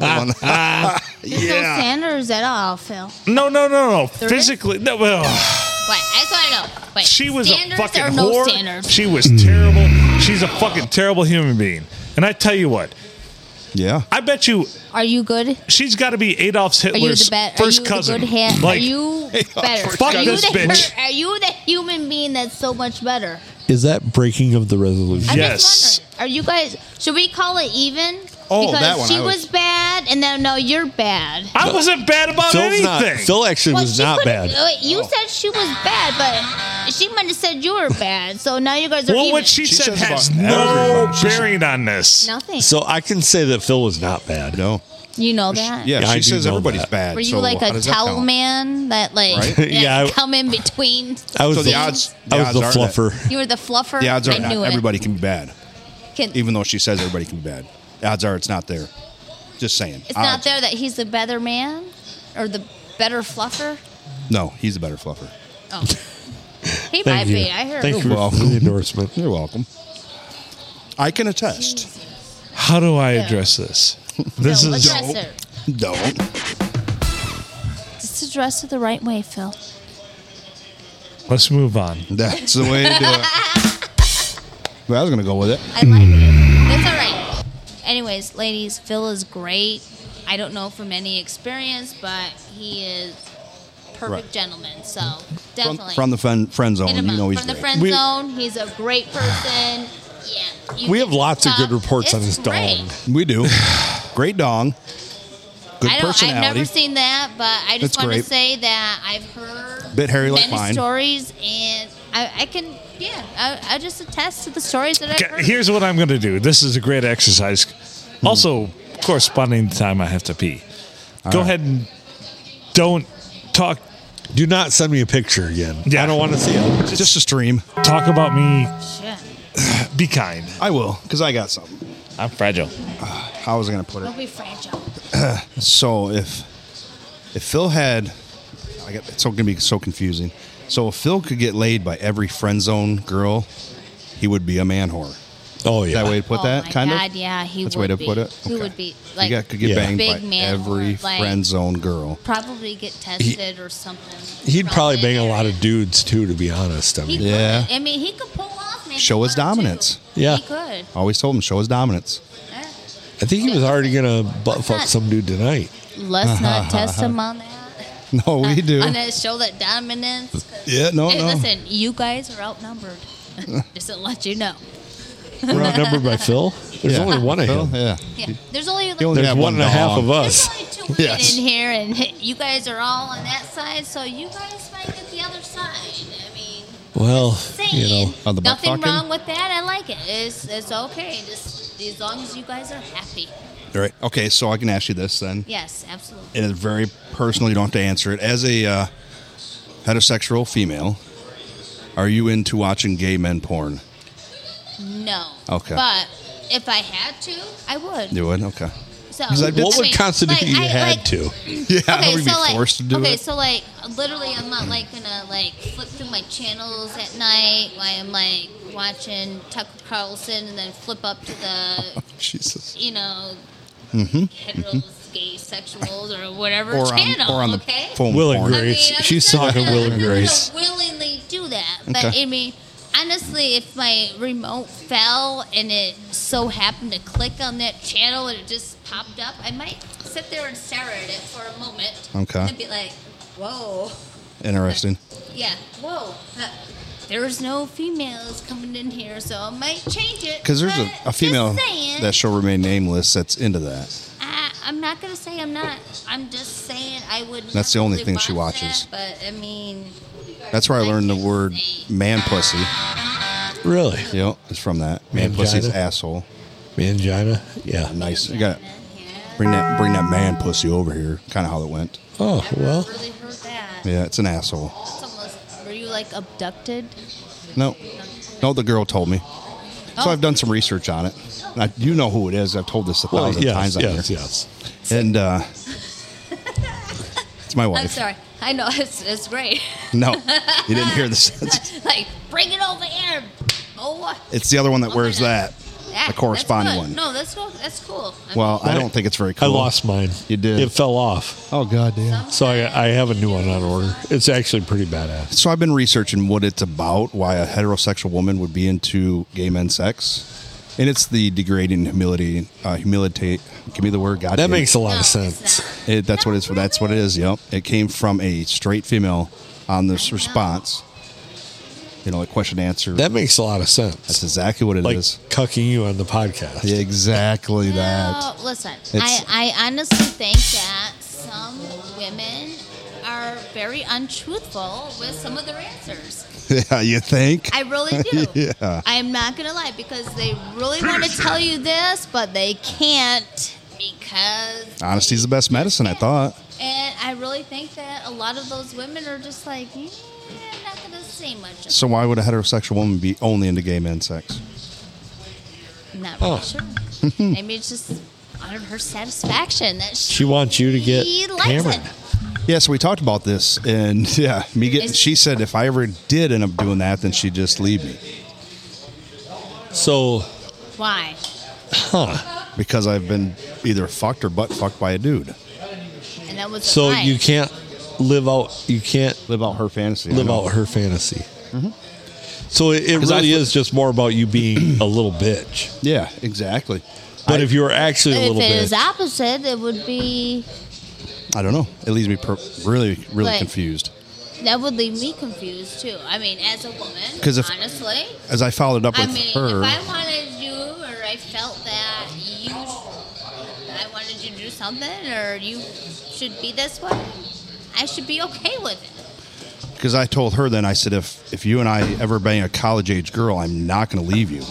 There's no standards at all, Phil. no, no, no, no. is? Physically, no. Well. Wait, I just want to know. Wait, She was a standards fucking or no whore. standards? She was terrible. She's a fucking terrible human being. And I tell you what, Yeah. I bet you Are you good? she's got to be Adolf Are you Hitler's the best? first are you cousin. The good ha- like are you better? Fuck are you this the, bitch. Are you the human being that's so much better? Is that breaking of the resolution? I'm Yes. just wondering. Are you guys? Should we call it even? Oh, because that one, she I was, was- bad, and then no, you're bad. I wasn't bad about Phil's anything. not. Phil actually Well, was she not couldn't- bad. uh, You said she was bad, but she might have said you were bad. So now you guys are well, even. what she, She said says has about no everybody. She said- bearing on this. Nothing. So I can say that Phil was not bad. No. You know that? Yeah, Yeah, I she do says know everybody's that. bad. Were you so like how a does that towel count? man that like Right? that Yeah, I- come in between? I was So the, the odds- I the was the odds are that- fluffer. You were the fluffer. The odds are I not knew it. everybody can be bad, Can- even though she says everybody can be bad. The odds are it's not there. Just saying. it's not Odds are- there that he's the better man or the better fluffer. No, he's the better fluffer. Oh, he might Thank you. be. I heard. Thank you for welcome. the endorsement. You're welcome. I can attest. How do I address this? This No, is address it. Don't. Just address it the right way, Phil. let's move on. That's the way to do it. Well, I was going to go with it. I like Mm. it. That's all right. Anyways, ladies, Phil is great. I don't know from any experience, but he is perfect Right. gentleman. So From, definitely from the friend, friend zone, Hit him you up. know he's from the great. friend We- zone. He's a great person. Yeah, you We have can lots of talk. good reports on his It's dog. great. We do. Great dong. Good I don't. I've personality. never seen that, but I That's just want to great. say that I've heard Bit hairy like many mine. stories, and I, I can. Yeah, I, I just attest to the stories that I've Okay, heard. here's what I'm going to do. This is a great exercise. Also, corresponding time I have to pee. Go ahead and don't talk Do not send me a picture again. Yeah. I don't want to see it. Just a stream. talk about me. Shit. Be kind. I will, because I got something. I'm fragile. How was I going to put it? Don't be fragile. So if if Phil had, I got, it's going to be so confusing. So if Phil could get laid by every friend zone girl, he would be a man whore. Oh Is yeah. that way to put oh that? my kind God, of. Yeah, he That's the would way to be. put it. He Okay. would be He like got- could get Yeah. banged big by man every whore, like- friend zone girl. probably get tested or something. He'd from probably that bang a area. lot of dudes too, to be honest. I He mean, could. Yeah. I mean, he could pull off. Man, Show his dominance. Yeah. He could. Always told him show his dominance. Yeah. I think he was already gonna butt Let's fuck not- some dude tonight. Let's not test him on that. No, we do. On that show that dominance. 'cause- Yeah, no, Uh, hey, no. listen, you guys are outnumbered. Just to let you know. We're outnumbered by Phil. There's Yeah. only one of Phil, him. yeah. Yeah. There's only like, only There's Yeah, one one and a half dog. of there's us. only two women Yes. in here, and you guys are all on that side, so you guys might get the other side. I mean, Well, saying you know, on the butt nothing fucking? wrong with that. I like it. It's it's okay. Just as long as you guys are happy. All right. Okay, so I can ask you this then. Yes, absolutely. It is very personal. You don't have to answer it. As a uh, heterosexual female, are you into watching gay men porn? No. Okay. But if I had to, I would. You would? Okay. So I did- what I would mean, constitute like, you I- had like- to? Yeah, I would be like, forced to do okay, it. so like, literally, I'm not like gonna like flip through my channels at night while I'm like watching Tucker Carlson and then flip up to the, Jesus. you know, heteros, gay sexuals or whatever Mm-hmm. Or on, channel. or on the okay? phone. Will porn. and I mean, Grace. I'm She's just not talking gonna- Will I'm and not Grace. gonna Willingly do that, but Okay. I mean, honestly, if my remote fell and it so happened to click on that channel and it just popped up, I might sit there and stare at it for a moment. Okay. And be like, whoa, Interesting. yeah, whoa. huh, There's no females coming in here, so I might change it. Because there's a, but a female just saying, that shall remain nameless that's into that. I, I'm not gonna say I'm not. I'm just saying I would. That's the never only really thing she watch watches. That, but I mean. That's where I learned the word man pussy. Really? Yep, it's from that. Man pussy's Mangina? asshole. Mangina? Yeah. Nice. You got bring that bring that man pussy over here. Kind of how it went. Oh, well. I really heard that. Yeah, it's an asshole. It's almost, were you like abducted? No, no, the girl told me. Oh. So I've done some research on it. I, you know who it is. I've told this a Well, thousand yes, times on yes, here. yes. And uh, it's my wife. I'm sorry. I know it's it's great. No, you didn't hear the sense. like bring it over here. Oh, what? It's the other one that Oh, wears my that. Yeah, the corresponding that's one. good. No, that's cool. That's cool. I mean, Well, I don't think it's very I cool. lost mine. You did. It fell off. Oh god damn. So I, I have a new one on order. It's actually pretty badass. So I've been researching what it's about, why a heterosexual woman would be into gay men sex, and it's the degrading, humility, uh, humiliate. Give me the word. God. That makes a no, lot of it's sense. not. It, that's what it's. That's what it is. Yep. It came from a straight female on this I know. response. You know, a question and answer. That makes a lot of that's sense. exactly what it is. Like cucking you on the podcast. Exactly No, listen, It's- I, I honestly think that some women are very untruthful with some of their answers. yeah, you think? I really do. Yeah. I'm not gonna lie because they really want to tell you this, but they can't. because Honesty's the best medicine, I thought. And I really think that a lot of those women are just like, "Eh, I'm not going to say much. So why would a heterosexual woman be only into gay men sex? not really sure. Maybe it's just out of her satisfaction that she, She wants you to get likes hammered. it. Yeah, so we talked about this, and yeah, me getting. It's- She said if I ever did end up doing that, then she'd just leave me So Why? because I've been either fucked or butt fucked by a dude. And that was a so lie. you can't live out you can't Live out her fantasy. live out her fantasy. Mm-hmm. So it, it 'Cause I really fl- is just more about you being a little bitch. Yeah, exactly. But if you were actually But a if little it bitch, was opposite, it would be I don't know. It leaves me per- really, really Like- confused. that would leave me confused too. I mean, as a woman, 'Cause if- honestly, As I followed it up I with mean, her, if I wanted you or I felt that you, I wanted you to do something or you should be this way, I should be okay with it. because I told her then I said if if you and I ever bang a college age girl, I'm not going to leave you.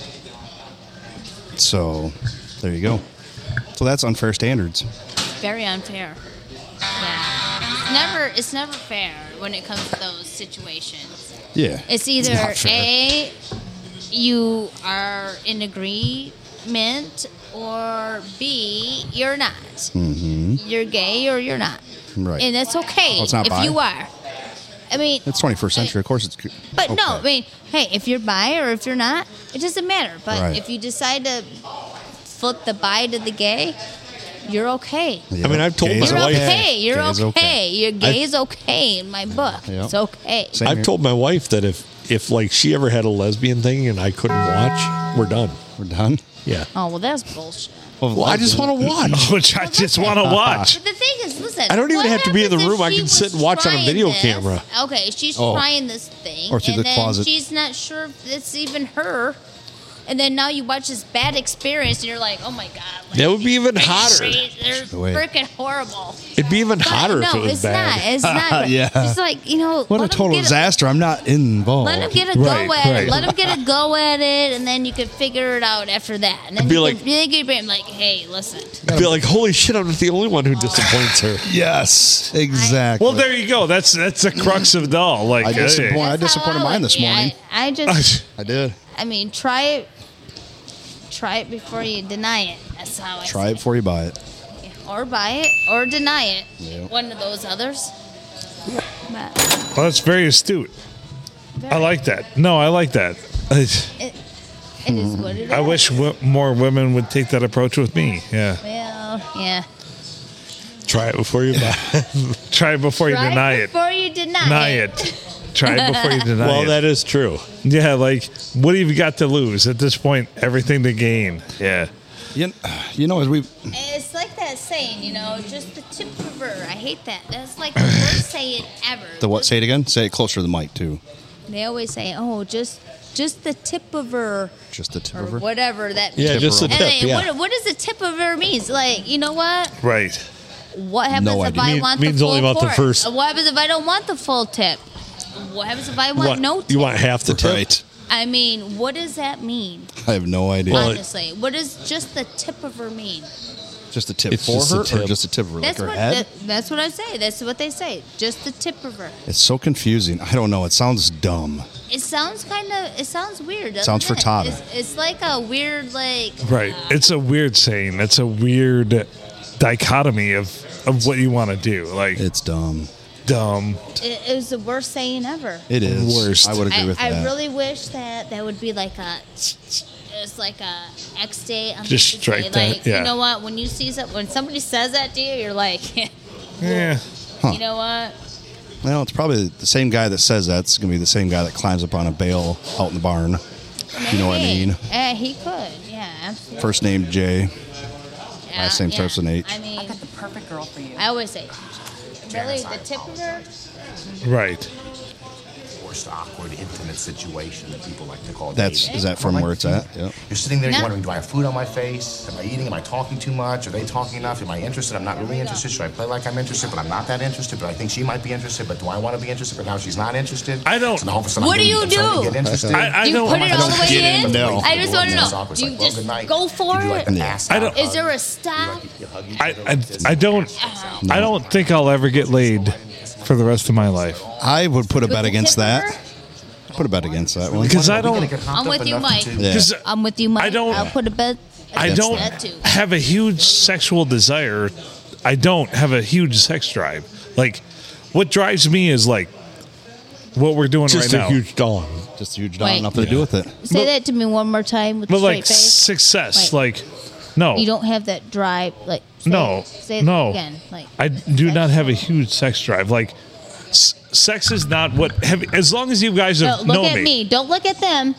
So there you go. So that's unfair standards. very unfair. Yeah. It's never it's never fair when it comes to those situations. Yeah, It's either not fair. A you are in agreement or B you're not. You're gay or you're not. Mm-hmm. Right. And that's okay Oh, it's not if bi? you are. I mean It's 21st century. Of course, it's. co- but no, I okay. mean, hey, if you're bi or if you're not, it doesn't matter. But Right. if you decide to flip the bi to the gay, you're okay. I mean, I've told Gay my is You're wife- okay. You're Gay is okay. Your gay is okay in my book. Yeah. It's okay. Same I've here. told my wife that if if like she ever had a lesbian thing and I couldn't watch, we're done. We're done. Yeah. Oh well, that's bullshit. Well, I just want to watch. Which I just want to watch. But the thing is, listen. I don't even what have to be in the happens if room. I she can sit was and watch on a trying video this? camera. Okay, she's Oh. trying this thing, Or through and the then closet. she's not sure if it's even her. And then now you watch this bad experience, and you're like, oh my god. Like, That would be even hotter. They're Wait. freaking horrible. It'd be even But hotter no, if it was it's bad. not. It's not. Yeah. It's like you know. What a let 'em total get disaster! I'm not involved. Let him get a Oh, Right, go at right. it. Let him get a go at it, and then you can figure it out after that. And then Be you like- can, you can be like, hey, listen. I'd be like, holy shit, I'm not the only one who disappoints her. yes, exactly. Well, there you go. That's that's the crux of it all. Like, I disappoint- hey. Well, I That's how disappointed would mine this be. morning. I, I just, I did. I mean, try it, try it before you deny it. That's how I Try it before you buy it. say it. or buy it or deny it. Yeah. One of those others. But Well, that's very astute. I like that. No, I like that. I, it Hmm. is what it is. I wish w- more women would take that approach with me. Yeah. Well, yeah. Try it before you buy. Try it before you Try deny it it. before you deny, Deny it. Try it before you deny well, it. that is true. yeah, like, what have you got to lose? At this point, everything to gain. Yeah. You, you know, as we It's like that saying, you know, just the tip of her. I hate that. That's like the worst saying ever. the what? Say it again. Say it closer to the mic too. They always say, "Oh, just just the tip of her Just the tip or of her. whatever that." Yeah, Tip means. just a her And tip. like, yeah. what, what does the tip of her means? Like, you know what? Right. What happens No if idea. I Mean- want means the full only about the fork? first- What happens if I don't want the full tip? What happens if I want What, no tip? you want half the tip? Right. I mean, what does that mean? I have no idea. Well, it- honestly, what does just the tip of her mean? just the tip It's for just a her, or tip. just the tip of her, like That's her what head. that- that's what I say. That's what they say. Just the tip of her. it's so confusing. I don't know. It sounds dumb. It sounds kind of. It sounds weird. doesn't Sounds it? frittata. It's, it's like a weird, like. Right. It's a weird saying. It's a weird dichotomy of, of what you want to do. Like, It's dumb. dumb. It, it was the worst saying ever. It is. Worst. I would agree I, with I that. really wish that that would be like a. It's like a X day. On Just X strike day. that, Like yeah. you know what? When you see that, when somebody says that to you, you're like, Yeah. you know what? well, it's probably the same guy that says that's going to be the same guy that climbs up on a bale out in the barn. You know what I Maybe. mean? Eh, he could. Yeah. Absolutely. First name Jay. Yeah, Last name yeah. starts with an H. I mean, I got the perfect girl for you. I always say, really, the tip of her. Right. forced, awkward, intimate situation that people like to call That's dating. is that from Like where it's food. at? Yep. You're sitting there, you're No. wondering, do I have food on my face? Am I eating? Am I talking too much? Are they talking enough? Am I interested? I'm not really interested. Should I play like I'm interested, but I'm not that interested? But I think she might be interested, but do I want to be interested? But now she's not interested. I don't- So now all of a sudden What I'm do you getting- I'm starting to do? Get interested. I, I you don't. put it all don't the way get in? in, no. I just want to It's know. awkward. Do you It's like, well, just good night. go for You do, like, it? an ass I don't- out Is there a hug. stop? You hug each I, other, I, kiss. I don't. Uh-huh. I don't think I'll ever get laid for the rest of my life. I would put a bet the against that. tipper? Put a bet against that one. Because Are I we gonna don't. get hopped I'm up with you, enough Mike. to- Yeah. Because I'm with you, Mike. I don't- I'll put a bet. I against don't That too. have a huge sexual desire. I don't have a huge sex drive. Like, what drives me is like what we're doing Just right a now. huge dong. Just huge Wait. dog, nothing to do with it. Say that to me one more time with a but straight like face. success, Wait. like no, You don't have that drive. Like say No. it- Say No. it again. Like I do not have a huge sex drive. Like, s- sex is not what. Have, as long as you guys No, have look known at me. Don't look at them.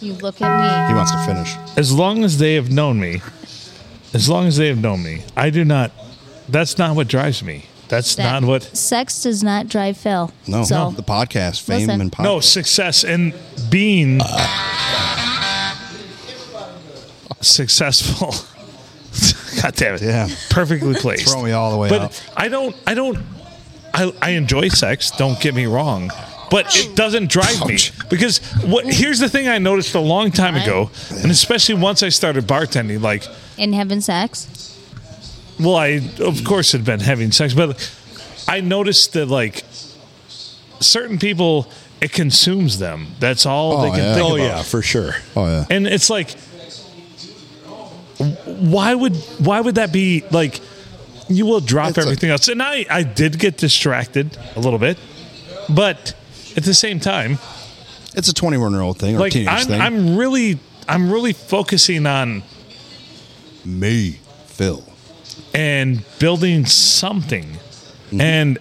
You look at He me. wants to finish. as long as they have known me, as long as they have known me, I do not. That's not what drives me. That's That- not what. Sex does not drive Phil. No, So the podcast, fame Listen. and podcast. No success and being successful. God damn it! Yeah. perfectly placed. Throw me all the way but out. I don't. I don't. I, I enjoy sex. Don't get me wrong, but it doesn't drive me Ouch. because what? Here's the thing I noticed a long time ago, and especially once I started bartending. Like, in having sex. well, I of course had been having sex, but I noticed that like certain people, it consumes them. That's all Oh, they can yeah. think Oh about. yeah, for sure. Oh yeah. And it's like, why would why would that be like? You will drop It's a- everything else, and I I did get distracted a little bit, but at the same time, It's a 21 year old thing or like teenage I'm thing. I'm really I'm really focusing on Me, Phil. and building something, Mm-hmm. and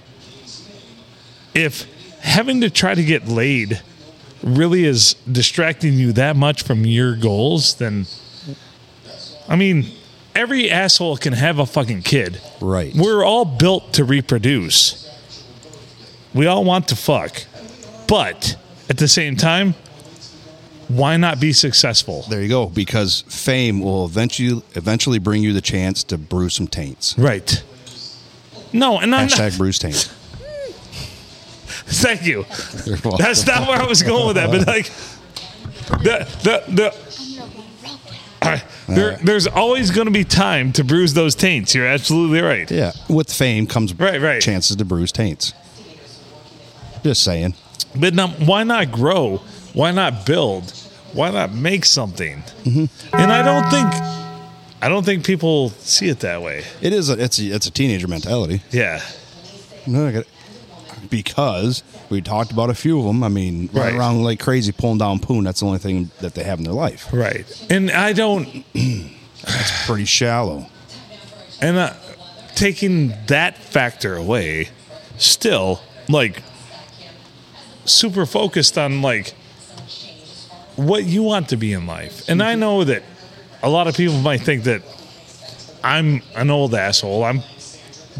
if having to try to get laid really is distracting you that much from your goals, then I mean, every asshole can have a fucking kid. Right. We're all built to reproduce. We all want to fuck. But at the same time, why not be successful? There you go. Because fame will eventually eventually bring you the chance to brew some taints. Right. No, and I'm not, Hashtag brews taint. thank you. That's not where I was going with that, but like the the the all right. There, there's always going to be time to bruise those taints. You're absolutely right. yeah. With fame comes Right, right. chances to bruise taints. Just saying. But now, why not grow? Why not build? Why not make something? And I don't think, I don't think people see it that way. It is a it's a, it's a teenager mentality. Yeah, No, I got it. Because we talked about a few of them. I mean, right, Right. around like crazy pulling down poon. That's the only thing that they have in their life. right. And I don't, Pretty shallow. and uh, taking that factor away, still like super focused on like what you want to be in life. And I know that a lot of people might think that I'm an old asshole. I'm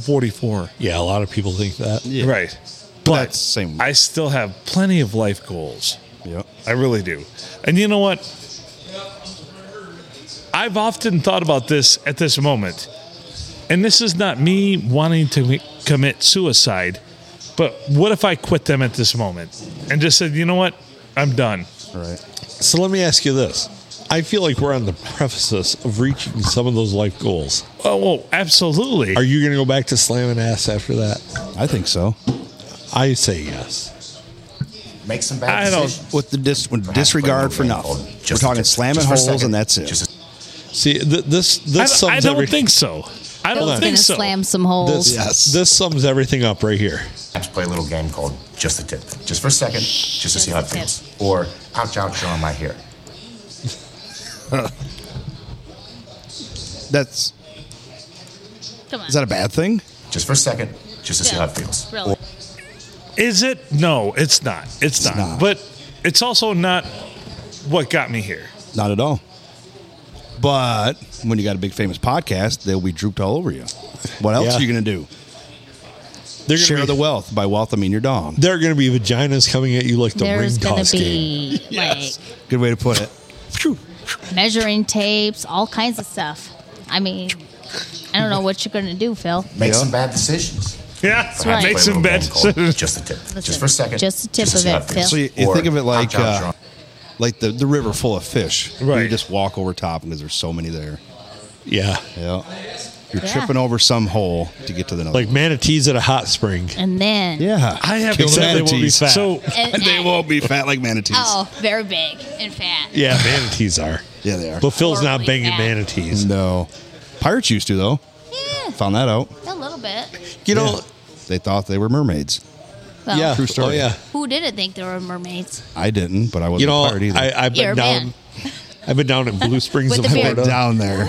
44. Yeah, a lot of people think that. Right. But that's the same- I still have plenty of life goals. Yep. I really do. And you know what? I've often thought about this at this moment. And this is not me wanting to mi- commit suicide, but what if I quit them at this moment and just said, you know what? I'm done. Right. So let me ask you this. I feel like we're on the precipice of reaching some of those life goals. Oh, well, absolutely. Are you going to go back to slamming ass after that? I think so. I say yes. Make some bad I don't. decisions. With the dis- with disregard for nothing. We're talking slamming just for a holes, second. and that's it. Just See, th- this I, this I sums don't everything. think so. I Phil's don't gonna think so. slam some holes. This, Yes. this sums everything up right here. let's play a little game called Just the Tip. Just for a second, just to see how it Just the feels. Or ouch, ouch, you're on my hair. That's Come on. is that a bad thing? Just for a second, just to see how it feels. Really. Is it? No, it's not. It's, not. not. But it's also not what got me here. Not at all. But when you got a big famous podcast, they'll be drooped all over you. What else Yeah. are you going to do? They're gonna Share be- the wealth. By wealth, I mean your dog. There are going to be vaginas coming at you like the There's ring going toss to be like Good way to put it. measuring tapes, all kinds of stuff. I mean, I don't know what you're going to do, Phil. Make Yeah. some bad decisions. Yeah, right. make Play a some little bad game called decisions. Just a tip. Listen, just for a second. just the tip to of see it, how feels. Phil. So you, you Or think of it like hot dogs uh, drunk. like the, the river full of fish. You Right. just walk over top because there's so many there. Yeah. Yeah. You're Yeah. tripping over some hole to get to the Like manatees at a hot spring. And then, yeah. I have Kill exactly what we manatees. fat. So and, They won't be fat like manatees. oh, very big and fat. Yeah, manatees are. Yeah, they are. But Phil's not Horribly banging fat. manatees. No. Pirates used to though. Yeah, Found that out. Eh, a little bit. You know, They thought they were mermaids. Well, yeah. True story. Oh, yeah. Who didn't think there were mermaids? I didn't, but I wasn't You know, a pirate either. I, I've You're been a down. man. I've been down in Blue Springs, With in the beard. Florida, down there.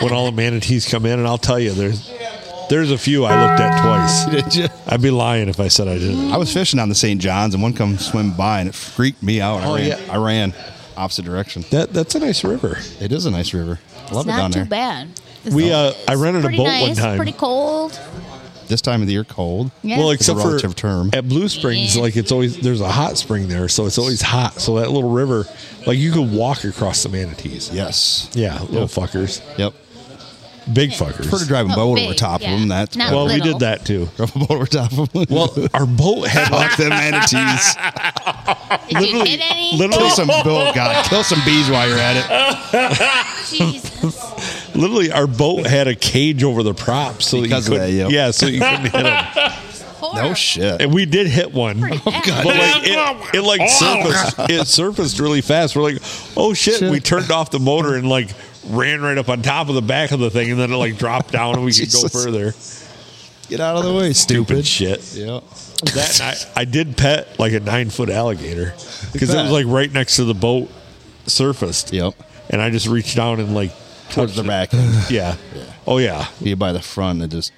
when all the manatees come in, and I'll tell you, there's there's a few I looked at twice. Did you? I'd be lying if I said I didn't. I was fishing on the St. John's and one come swim by and it freaked me out. I Oh, ran yeah. I ran opposite direction. That that's a nice river. It is a nice river. I love it down it's not too there. bad. It's We uh, I rented a pretty boat nice, one time. pretty cold. This time of the year cold. Yeah. Well, It's a except for relative term. at Blue Springs, Yeah. like it's always there's a hot spring there, so it's always hot. So that little river, like you could walk across the manatees. Yes. Yeah, little fuckers, Yep. big fuckers. Prefer to drive a Oh, boat over big, top yeah. of them. That's Not better. well, we little. did that too. drive a boat over top of them. Well, our boat had like fuck them manatees. Did you get any? Literally, some oh god, kill some bees while you're at it. Jesus. literally our boat had a cage over the prop, so that you Because of couldn't- that, yeah. yeah, so you couldn't hit them. Horrible. No shit. And we did hit one. Oh, But like it, it like surfaced it surfaced really fast. We're like, oh shit. Shit. We turned off the motor and like ran right up on top of the back of the thing and then it like dropped down and we could go Jesus. further. Get out of the way, Stupid stupid. shit. Yeah. That and I, I did pet like a nine foot alligator. Because it that. was like right next to the boat surfaced. Yep. And I just reached down and like Towards touched the it. back. Yeah. Oh yeah. Be by the front and just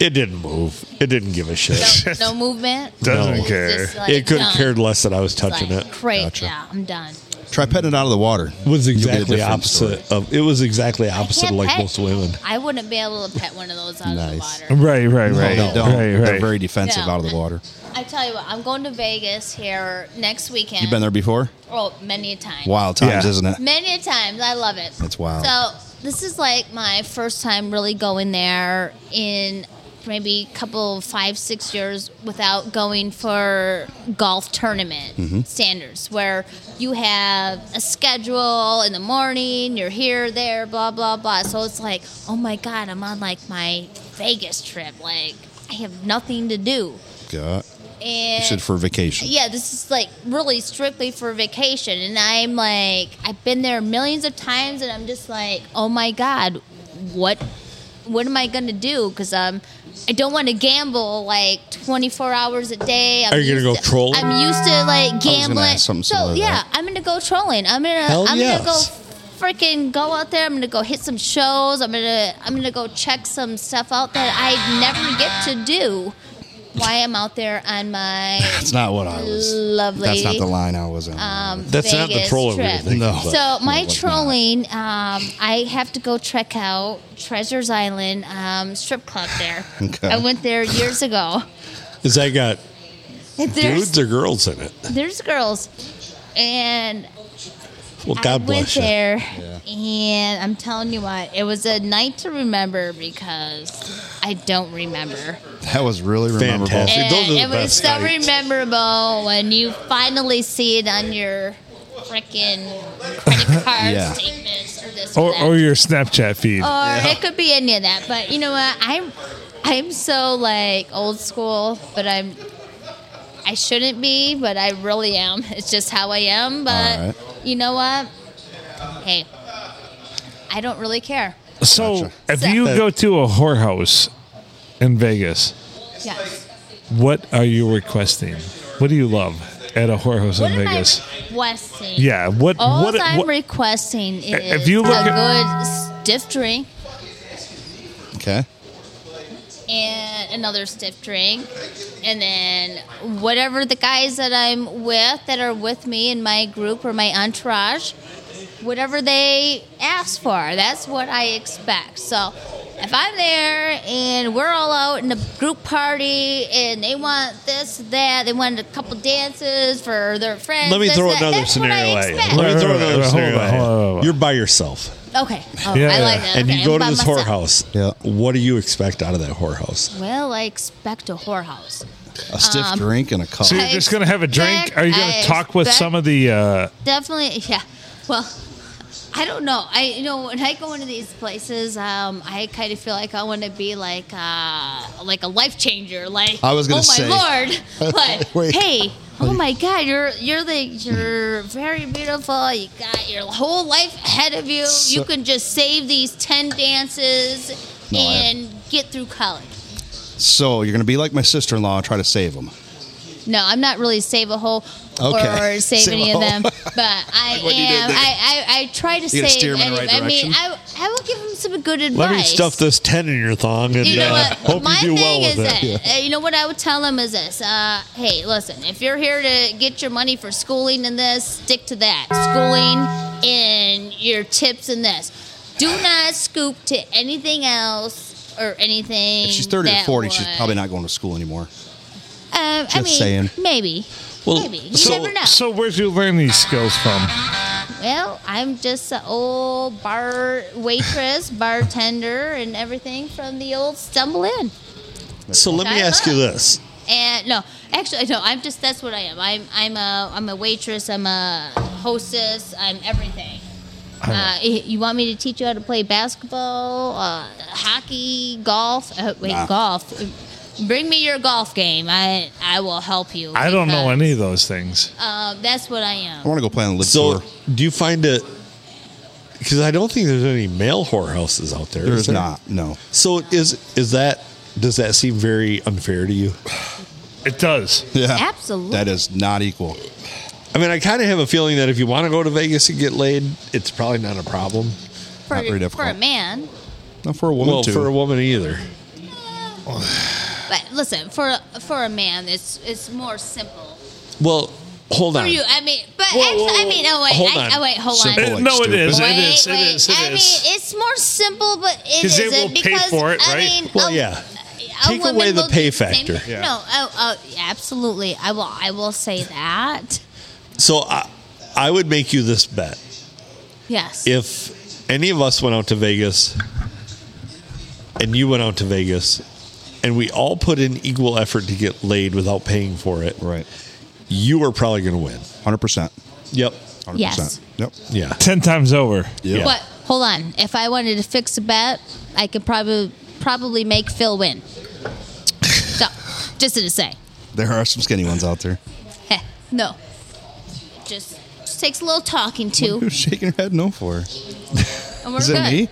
It didn't move. It didn't give a shit. No, no movement. doesn't No. care. Just like it could done. have cared less that I was touching like, it. Great. Yeah, I'm done. try petting it out of the water. It was You'll get a exactly different opposite story. of it was exactly I opposite of can't like pet- most women. I wouldn't be able to pet one of those out Nice. of the water. Right, right, right, No, they don't. right, They're right. very defensive No. out of the water. I tell you what, I'm going to Vegas here next weekend. You've been there before? Oh, many a time. Wild times, Yeah. isn't it? Many a times. I love it. That's wild. So this is like my first time really going there in maybe a couple five, six years without going for golf tournament Mm-hmm. standards where you have a schedule in the morning, you're here, there, blah, blah, blah. So it's like, oh my God, I'm on like my Vegas trip. Like I have nothing to do. God. And You should for vacation. yeah, this is like really strictly for vacation. And I'm like, I've been there millions of times, and I'm just like, oh my god, what, what am I gonna do? Because um, I don't want to gamble like 24 hours a day. I'm Are you gonna used go trolling? I'm used to like gambling. ask something So similar to yeah, that. I'm gonna go trolling. I'm gonna, Hell I'm yes. gonna go freaking go out there. I'm gonna go hit some shows. I'm gonna, I'm gonna go check some stuff out that I never get to do. Why I'm out there on my That's not what I was. lovely. That's not the line I was on. um, That's not the Vegas trolling we were trip. thinking, No. So my it's not. trolling, um, I have to go check out Treasures Island um, strip club there. Okay. I went there years ago. Is that got And There's, dudes or girls in it? there's girls, and Well, I God went bless you. there, and I'm telling you what, it was a night to remember because I don't remember. that was really memorable. Fantastic. See, And those are the it was best so nights. memorable when you finally see it on your freaking credit card Yeah. statements or this or, Or, that. or your Snapchat feed. Or it could be any of that. But you know what? I'm I'm so like old school, but I'm I shouldn't be, but I really am. It's just how I am. But All right. you know what? Hey, I don't really care. so, Gotcha. if you So- go to a whorehouse in Vegas, Yeah. what are you requesting? What do you love at a whorehouse What in am I Vegas? requesting? yeah. What? All what? I'm what- requesting is If you look a at- good stiff drink Okay. and another stiff drink, and then whatever the guys that I'm with that are with me in my group or my entourage, whatever they ask for, that's what I expect. So If I'm there and we're all out in a group party and they want this, that, they want a couple dances for their friends. Let me this, throw that, another that's what I scenario at you. expect. Let me throw Right, right, another right, scenario hold on, hold at on, hold you. on. You're by yourself. Okay. Oh, Yeah, I yeah. like that. and Okay, you go I'm to by this myself. whorehouse. Yeah. What do you expect out of that whorehouse? Well, I expect a whorehouse. A stiff Um, drink and a cup. So you're I just gonna have a drink? expect- Are you gonna I talk with expect- some of the? Uh, Definitely, yeah. Well, I don't know. I you know when I go into these places, um, I kind of feel like I want to be like uh, like a life changer. Like I was gonna oh my say- lord, Wait. like hey, oh my god, you're you're the you're very beautiful. You got your whole life ahead of you. you can just save these ten dances No, I haven't. and get through college. So you're gonna be like my sister-in-law and try to save them. No, I'm not really save a whole Okay. or save, Save any a of hole. them, but I Like what you did am. there. I, I, I try to You gotta save. steer 'em in any, the right I mean, direction. I, I will give them some good advice. Let me stuff this ten in your thong and You know uh, what? hope My you do thing well is with that it. uh, you know what I would tell them is this: uh, Hey, listen, if you're here to get your money for schooling and this, stick to that. Schooling and your tips and this. Do not scoop to anything else or anything. If she's 30 or that 40, she's would- probably not going to school anymore. Um, I Just mean, saying. maybe. Well, maybe you so- never know. so where'd you learn these skills from? Well, I'm just an old bar waitress, bartender, and everything from the old Stumble Inn. So let me I ask you love. this. And no, actually, no. I'm just that's what I am. I'm I'm a I'm a waitress. I'm a hostess. I'm everything. Uh, y- you want me to teach you how to play basketball, uh, hockey, golf? Uh, wait, golf. Bring me your golf game. I I will help you. I don't know because, any of those things. Um, that's what I am. I want to go play on the live So tour. do you find it? Because I don't think there's any male whorehouses out there. There's is there? not. No. So is is that? Does that seem very unfair to you? It does. Yeah. Absolutely. That is not equal. I mean, I kind of have a feeling that if you want to go to Vegas and get laid, it's probably not a problem. for, very for a difficult. man. Not for a woman well, too. for a woman either. But listen, for for a man, it's it's more simple. Well, hold on. For you, I mean, but Whoa, actually, whoa, I mean, no wait, hold I, on. oh, wait, hold Simple. on. like no, it stupid. is. Wait, It is. It wait. is. It is. I mean, it's more simple, but it 'Cause they isn't will pay because for it, I right? mean, Well, a- yeah. a Take woman away the will pay do same- factor. Yeah. No, oh, oh, yeah, absolutely. I will. I will say that. So I, I would make you this bet. Yes. If any of us went out to Vegas and you went out to Vegas and we all put in equal effort to get laid without paying for it, right. you are probably going to win. 100%. Yep. 100%. Yes. Yep. Yeah. Ten times over. Yeah. But hold on. If I wanted to fix a bet, I could probably probably make Phil win. so, just to say. There are some skinny ones out there. Heh, no. Just, just takes a little talking to. Who's shaking her head no for? And we're Is it good. me?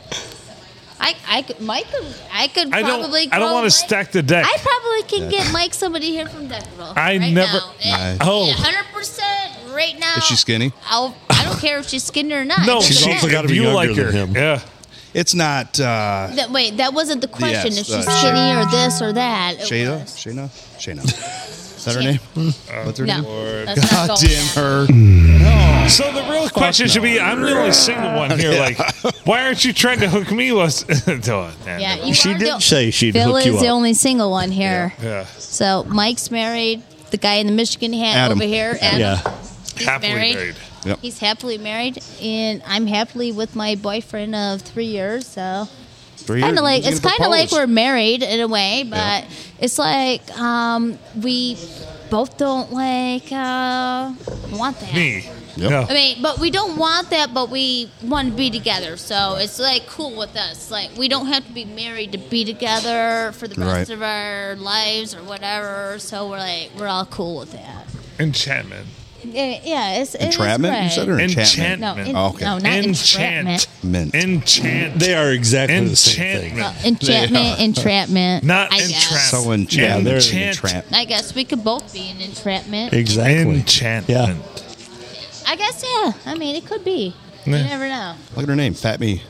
I, I could, Mike could, I could I don't. probably. I don't grow want to Mike- stack the deck. I probably can get Mike somebody here from Deckerville. I right never- Now. And- Oh. and 100% right now. Is she skinny? I'll, I don't care if she's skinny or not. no, It She's she, doesn't also matter. gotta if be you younger like than her. him. Yeah. It's not uh, That, wait, that wasn't the question. Yes, if she's uh, Shay- skinny or this or that. It Shayla. was- Shayna. Shayna. Is that her name? What's her No. name? That's not God going damn there. her. So the real question should be: I'm the only single one here. Like, why aren't you trying to hook me with? Oh, man. Yeah, you She are did the, say she'd Phil hook is you the up. only single one here. Yeah. So Mike's married. The guy in the Michigan hat Adam. over here, Adam, Yeah. he's Happily married. married. Yep. He's happily married, and I'm happily with my boyfriend of three years. So Three kind years. of like She's it's gonna kind of like propose. we're married in a way, but it's like um, we both don't like uh, want that. Me. Yep. Yeah. I mean, but we don't want that, but we want to be together. So it's like cool with us. Like we don't have to be married to be together for the rest Right. of our lives or whatever. So we're like we're all cool with that. Enchantment. Yeah, yeah, it's it's Entrapment? You great. said or enchantment? no, Enchantment. en- Oh, okay. no, not entrapment. Enchant. Mint. Enchant. They are exactly the same thing. Enchantment. Enchantment, entrapment. Not I entrap. guess. So enchantment. Yeah, they're enchant. entrapment. I guess we could both be an entrapment. Exactly. Enchantment. I guess yeah. I mean, it could be. You Yeah. never know. Look at her name. Fat me.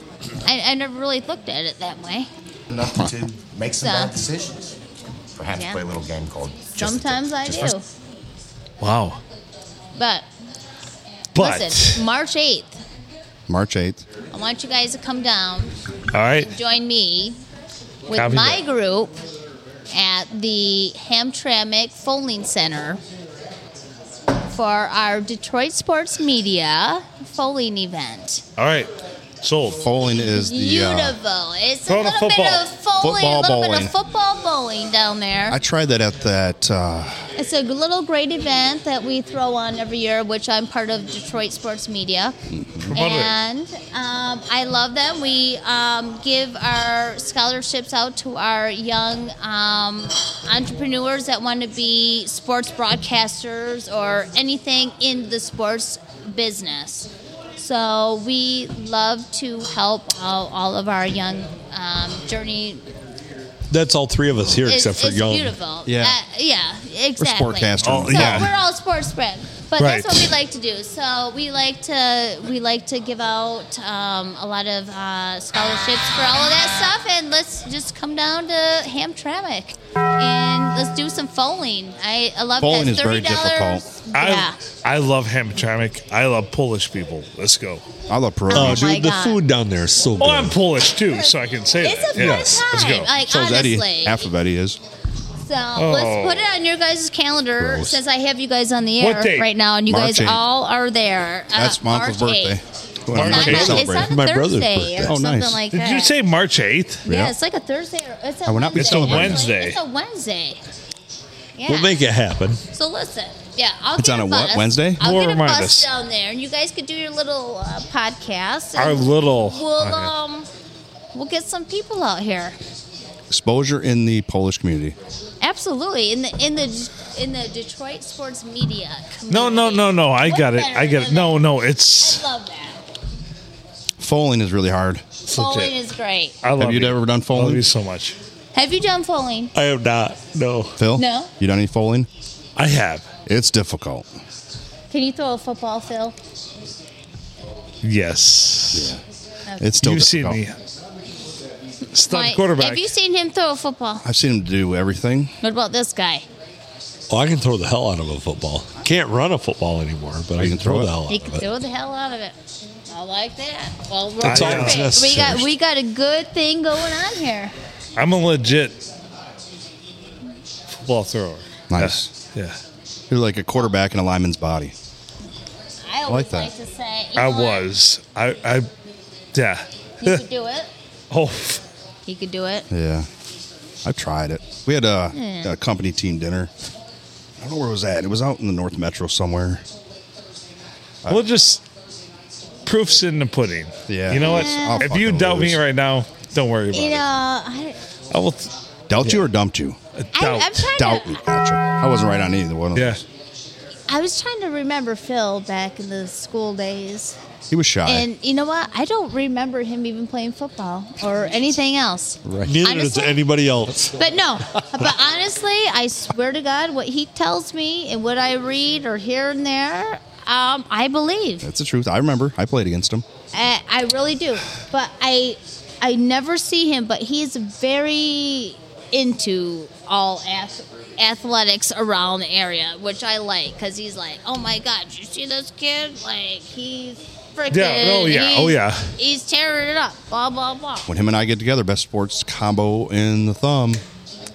I, I never really looked at it that way. enough to make some So- bad decisions. Perhaps Yeah. play a little game called. just the Sometimes tip. I Just do, first- Wow. but But Listen, March 8th, March 8th. I want you guys to come down, all right. join me with Copy my that. group at the Hamtramck Folding Center for our Detroit Sports Media Folding event. All right, sold. Bowling is the. Uh, Beautiful. it's a throwing a little bit football. of folding, a Football little bit bowling. of football bowling down there. I tried that at that. Uh, It's a little great event that we throw on every year, which I'm part of Detroit Sports Media. Mm-hmm. Promote it. And um, I love them. We um, give our scholarships out to our young um, entrepreneurs that want to be sports broadcasters or anything in the sports business. So we love to help all, all of our young um, journey. That's all three of us here It's, except for it's Young. beautiful. Yeah. Uh, yeah. we're Exactly. sportcaster. Oh, So yeah. we're all sports spread, but Right. that's what we like to do. So we like to we like to give out um, a lot of uh, scholarships for all of that stuff, and let's just come down to Hamtramck and let's do some bowling. I, I love Bowling that. is very $30. I, Yeah. I love Hamtramck. I love Polish people. Let's go. I love Peru. Oh, Oh my dude, the God. food down there is so good. Oh, I'm Polish too, so I can say It's that. a fun Yes, time. Let's go. Like So's Eddie. honestly, Uh, Half of Eddie is. So let's put it on your guys' calendar Gross. since I have you guys on the What air date? right now, and you March guys 8th. all are there. Uh, That's my uncle's March 8th. birthday. Well, March I'm not eighth. gonna It's on, celebrate. it's on a My brother's Thursday or birthday. Oh, something nice. like that. Did you say March 8th? Yeah, Yeah. it's like a Thursday. Or it's a I will not be Wednesday, celebrating. actually. It's It's a a Wednesday. Yeah. We'll make it happen. so listen, yeah, I'll It's get on a what, bus. Wednesday? I'll We'll get a remind bus us. down there, and you guys could do your little uh, podcast. and Our little. We'll um, we'll get some people out here. Exposure in the Polish community. Absolutely, in the in the in the Detroit sports media. Community. no, no, no, no. I What's got it. better I got it. than No, that? no. It's. I love that. Foaling is really hard. Bowling is great. I love Have you ever done I love foaling? you so much. Have you done bowling? I have not. No. Phil? No. You done any foaling? I have. It's difficult. Can you throw a football, Phil? Yes. It's still You've seen difficult. me. Stud Mike, quarterback. Have you seen him throw a football? I've seen him do everything. What about this guy? Oh, I can throw the hell out of a football. Can't run a football anymore, but I can, throw, it. the hell He out can of it. throw the hell out of it. I like that. Well, we're That's all perfect. that's we got necessary. we got a good thing going on here. I'm a legit football thrower. Nice. Yeah. You're like a quarterback in a lineman's body. I like always that. like, to say you I know what? was. I. I. Yeah. He could do it. Oh. He could do it. Yeah. I've tried it. We had a, Hmm. a company team dinner. I don't know where it was at. It was out in the North Metro somewhere. We'll just. Proofs in the pudding. Yeah. You know what? I'll If you fucking doubt me lose. right now, don't worry about You know, it. I, I will. Dealt you or dumped you? I, doubt. I'm trying Doubt to. me. Gotcha. I wasn't right on either one of yeah. those. I was trying to remember Phil back in the school days, He was shy. and you know what? I don't remember him even playing football or anything else. Neither does Honestly- anybody else. But no, but honestly, I swear to God, what he tells me and what I read or hear and there, um, I believe. That's the truth. I remember. I played against him. I, I really do. But I, I never see him. But he is very into all ath- athletics around the area, which I like because he's like, oh my God, you see this kid? Like he's freaking. Yeah, oh, yeah, oh, he's- yeah. He's tearing it up. Blah blah blah. When him and I get together, best sports combo in the thumb.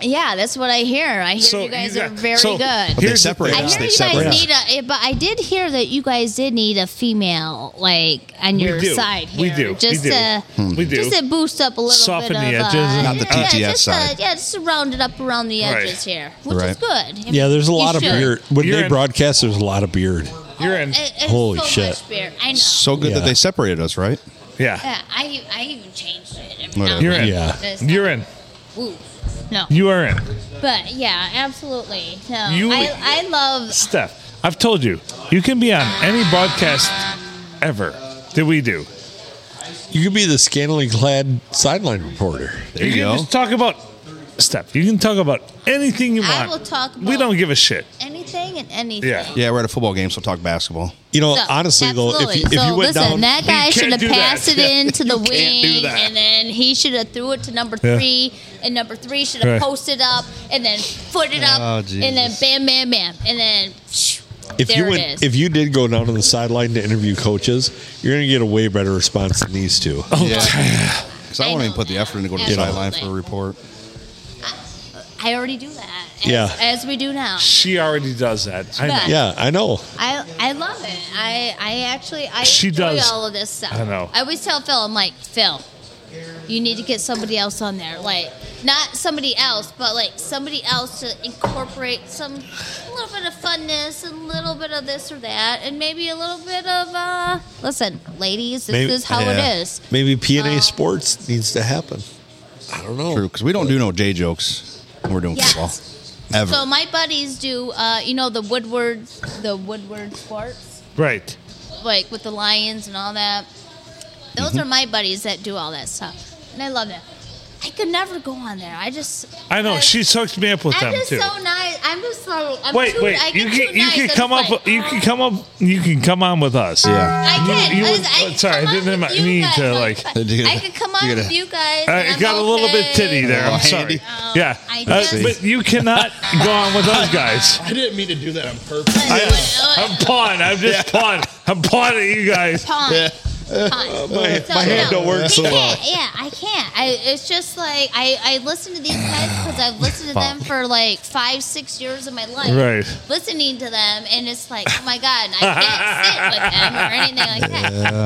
Yeah, that's what I hear. I hear you guys yeah. are very So, good. But they here's the separate I thing. us. hear They you separate guys us. need a, eh, but I did hear that you guys did need a female like on your do. side We here. do. Just We do. Hmm. to We do. just to boost up a little Soften bit the of edges Uh, and- Hmm. Not the yeah, TTS just, uh, side. yeah, just to round it up around the Right. edges here, which is Right. good. Yeah, there's a You lot of should. Oh, beard. When You're they in- broadcast, there's a lot of beard. You're in. It- it's Holy so shit. Much beer. I know. So good Yeah. that they separated us, right? Yeah. yeah, I I even changed it. every Whatever. now You're and in. Yeah. then. It's You're not- in. Ooh, no, You are in. but yeah, absolutely. No, You- I I love Steph, I've told you, you can be on any broadcast ever that we do. You could be the scantily clad sideline reporter. There you, can go. just talk about Steph. You can talk about anything you want. I will talk we about- don't give a shit. anything and anything. Yeah. yeah, we're at a football game, so talk basketball. You know, So, honestly though, if you, if absolutely. so you went listen, down, that guy You should can't have do that. passed it into the You can't do wing, that. and then he should have threw it to number Yeah. three, and number three should have Right. posted up, and then foot it up, Oh, and then Jesus. bam, bam, bam, and then phew, if there you it went, is. if you did go down to the sideline to interview coaches, you're going to get a way better response than these two. Oh, Yeah. Because I I won't know even put the that. effort in to go to the Absolutely. sideline for a report. I already do that. As, Yeah. As we do now. She already does that. I know. Yeah. Yeah, I know. I I love it. I I actually I She enjoy does. all of this stuff. I know. I always tell Phil, I'm like Phil, you need to get somebody else on there, like not somebody else, but like somebody else to incorporate some little bit of funness and a little bit of this or that, and maybe a little bit of uh. Listen, ladies, this Maybe- is how yeah. it is. Um, Maybe PNA Sports needs to happen. I don't know. True, because we don't do no J jokes when we're doing Yes. football. Ever. So my buddies do, uh, you know, the Woodward, the Woodward Sports. Right. like with the lions and all that. Those Mm-hmm. are my buddies that do all that stuff, and I love it. I could never go on there. I just I know. I- She's hooked me up with I'm them just too. so nice. I'm just so I'm wait, too, wait. I You get can too you nice. can I'm come just up. like, you oh. can come up. You can come on with us. yeah. I can. you I, would- I can sorry, I come didn't on mean- with you mean guys. to, I'm like- fine. You gotta- I could come on you gotta- with you guys. I and I'm Uh, got a little bit okay. titty Oh, there. I'm sorry. Um, Yeah, I Uh, just- but you cannot go on with those guys. I didn't mean to do that on purpose. But- I'm pawn. I'm just pawn. I'm pawn at you guys. Pawn. Pawn. So, Uh, my hand don't work he so can't- well. Yeah, I can't. I, it's just like I, I listen to these guys because I've listened to them for like five, six years of my life. Right. Listening to them, and it's like, oh my god, and I can't sit with them or anything like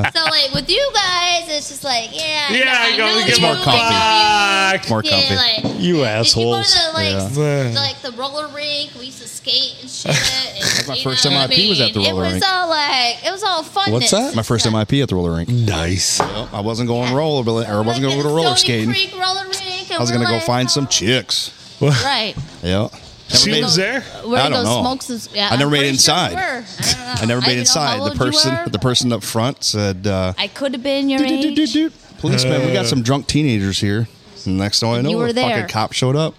that. So like with you guys, it's just like, yeah, Yeah, I, I know, go I know give you, a I know you. fuck. More Yeah, comfy. like, You assholes. Did you go to like, Yeah. s- like the roller rink? We used to skate and shit. And, That's my first MIP was at the roller It was rink. all like, it was all fun. What's that? My first MIP at the roller rink. Nice. Yep, I wasn't going roller, Oh or I wasn't going to go to roller skating. I was going to go find some chicks. Right. Yeah. Never She made- was there. We're I don't know. Smokes is, yeah, I never I'm made it pretty sure inside. we were. I, don't know. I never I made didn't know how inside. The old you person, were, the but person up front said, uh, I could have been your "Doot, doot, doot, age. doot, doot. "Policeman, we got some drunk teenagers here." And next thing I know, you were a there. fucking cop showed up.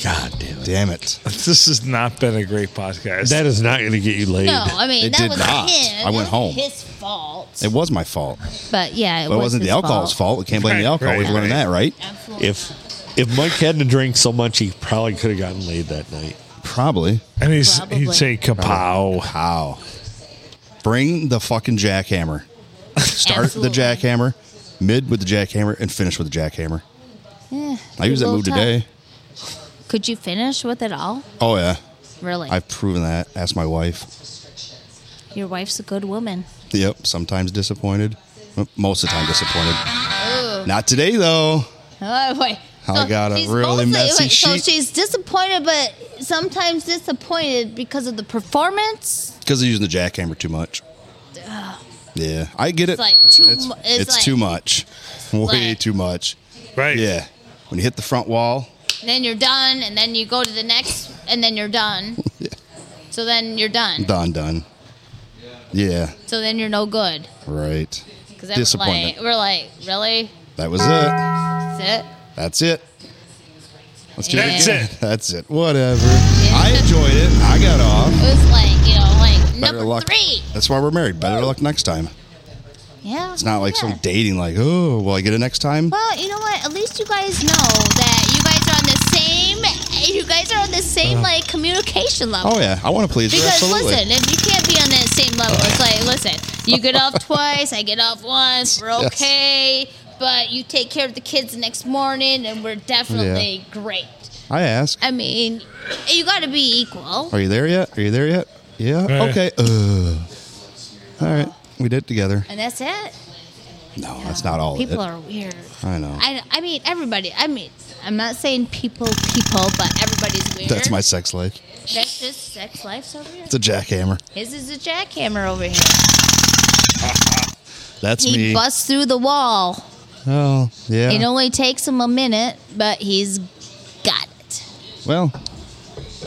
God damn it. Damn it! This has not been a great podcast. That is not going to get you laid. No, I mean It that did was not. him. I That went was home. His fault. It was my fault. but yeah, it But it was wasn't his the alcohol's fault. We can't blame the Right, alcohol. right, We've learned right. that, right? Absolutely. If if Mike hadn't drank so much, he probably could have gotten laid that night. Probably. and he's, Probably. he'd say kapow. How? Bring the fucking jackhammer. Start Absolutely. the jackhammer, mid with the jackhammer, and finish with the jackhammer. Yeah, I use that little move tough. today. Could you finish with it all? Oh yeah, Really? I've proven that. Ask my wife. Your wife's a good woman. Yep, sometimes disappointed. Most of the time disappointed. Not today though. Oh boy. I got a she's really messy wait, So sheet. she's disappointed, but sometimes disappointed because of the performance. Because they're using the jackhammer too much. Yeah, I get it. It's like too It's, mu- it's it's like- too much. Way like- too much. Right. Yeah. When you hit the front wall, And then you're done, and then you go to the next, and then you're done. Yeah. So then you're done. done, done. Yeah, So then you're no good. right. Because then we're like, Disappointment. we're like, really? That was it. That's it? That's it. Let's do That's it. again. it. That's it. Whatever. I enjoyed it. I got off. It was like, you know, like Better number luck. three. That's why we're married. Better luck next time. Yeah. It's not like yeah. some dating like, oh, will I get it next time? Well, you know what? At least you guys know that you guys are on the same. You guys are on the same like communication level. Uh-huh. Oh yeah, I want to please her. Because Absolutely. listen, if you can't be on that same level, it's like listen, you get off twice, I get off once, we're Yes. okay, but you take care of the kids the next morning, and we're definitely great. I ask, I mean, you got to be equal. are you there yet? Are you there yet? Yeah. Yeah. Okay. Uh, all right. We did it together. And that's it. No, that's not all. of People Oh, it. are weird. I know. I, I mean, everybody. I mean, I'm not saying people, people, but everybody's weird. That's my sex life. That's just sex life's over here. It's a jackhammer. His is a jackhammer over here. That's he me. busts through the wall. oh yeah. It only takes him a minute, but he's got it. well,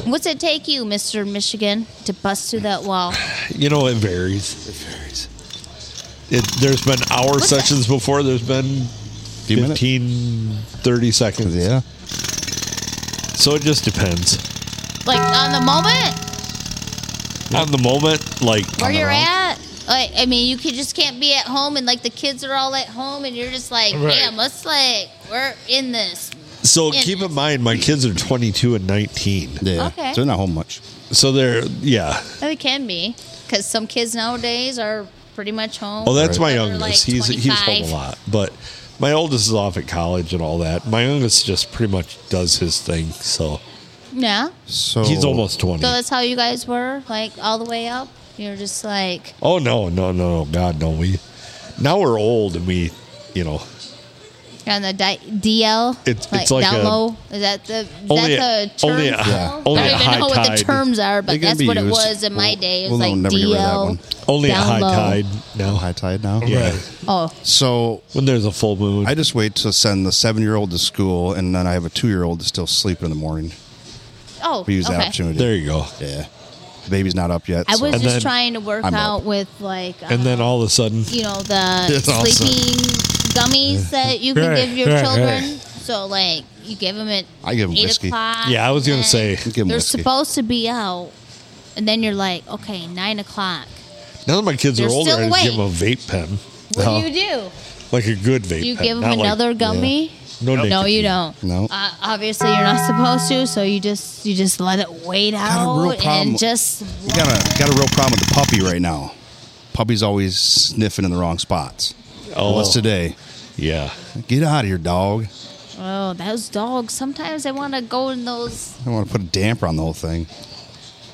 What's it take you, Mr. Michigan, to bust through that wall? You know, it varies. It varies. there's been hour What's that? sessions before. There's been few minutes. 15, 30 seconds. Yeah. So it just depends. Like on the moment On the moment, like, where you're road. at? Like, I mean, you could just can't be at home, and like the kids are all at home, and you're just like, Right. damn, let's like we're in this. so Yeah. keep in mind, my kids are 22 and 19. Yeah. Okay. So not home much. So they're, yeah. Oh, It can be because some kids nowadays are pretty much home. Well, Oh, that's my They're, like, youngest. he's he's home 25. a lot, but My oldest is off at college and all that. My youngest just pretty much does his thing. So Yeah. So he's almost 20. So that's how you guys were, like all the way up. You're just like, Oh, no, no, no, no. God, no. We Now we're old and we, you know, you're on the di- DL. It's- it's like down a- low. Is that the is Only a- that the term? only a- still? yeah, only I a don't even high know what the tide. terms are, They but can that's be what it used. was in my We'll- day. It we'll was like never get rid of that one. DL. only at down high low. tide now. high tide now. Yeah. Oh, So When there's a full moon. I just wait to send the seven year old to school, and then I have a two year old that's still sleeping in the morning. oh, We use that okay. opportunity. there you go. Yeah. The baby's not up yet. I so- was And just then trying to work I'm out up. with like, uh, And then all of a sudden, you know, the It's awesome. sleeping gummies that you can Right, give your right, children. right. So like, you give them at I give 'em eight whiskey. o'clock. yeah, I was going to and say, Give 'em they're whiskey. supposed to be out, and then you're like, okay, nine o'clock. now that my kids are They're older, I still just give them a awake. vape pen. What Oh. No. do you do? Like a good vape Do you pen. give them not like- another gummy? No No, nicotine. you don't. No. Uh, obviously, you're not supposed to, so you just you just let it wait real out problem. and just We got a got a real problem with the puppy right now. Puppy's always sniffing in the wrong spots. Oh. What's today? Yeah. Get out of here, dog. oh those dogs. Sometimes they want to go in those. I want to put a damper on the whole thing.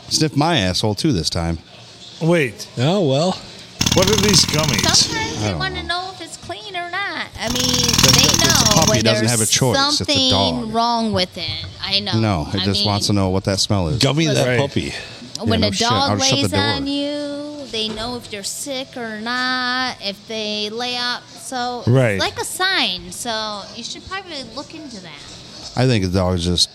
Sniff my asshole too this time. Wait, Oh, well. what are these gummies? Sometimes they want to know if it's clean or not. I mean, they it's a know puppy, when it doesn't there's have a choice, it's a something dog. wrong with it. I know. No, it Oh, I just mean, wants to know what that smell is. Gummy that Right. puppy. when no a shit. dog I'll shut the lays door. on you, they know if you're sick or not, if they lay up. So it's Right. like a sign. So you should probably look into that. I think the dog's just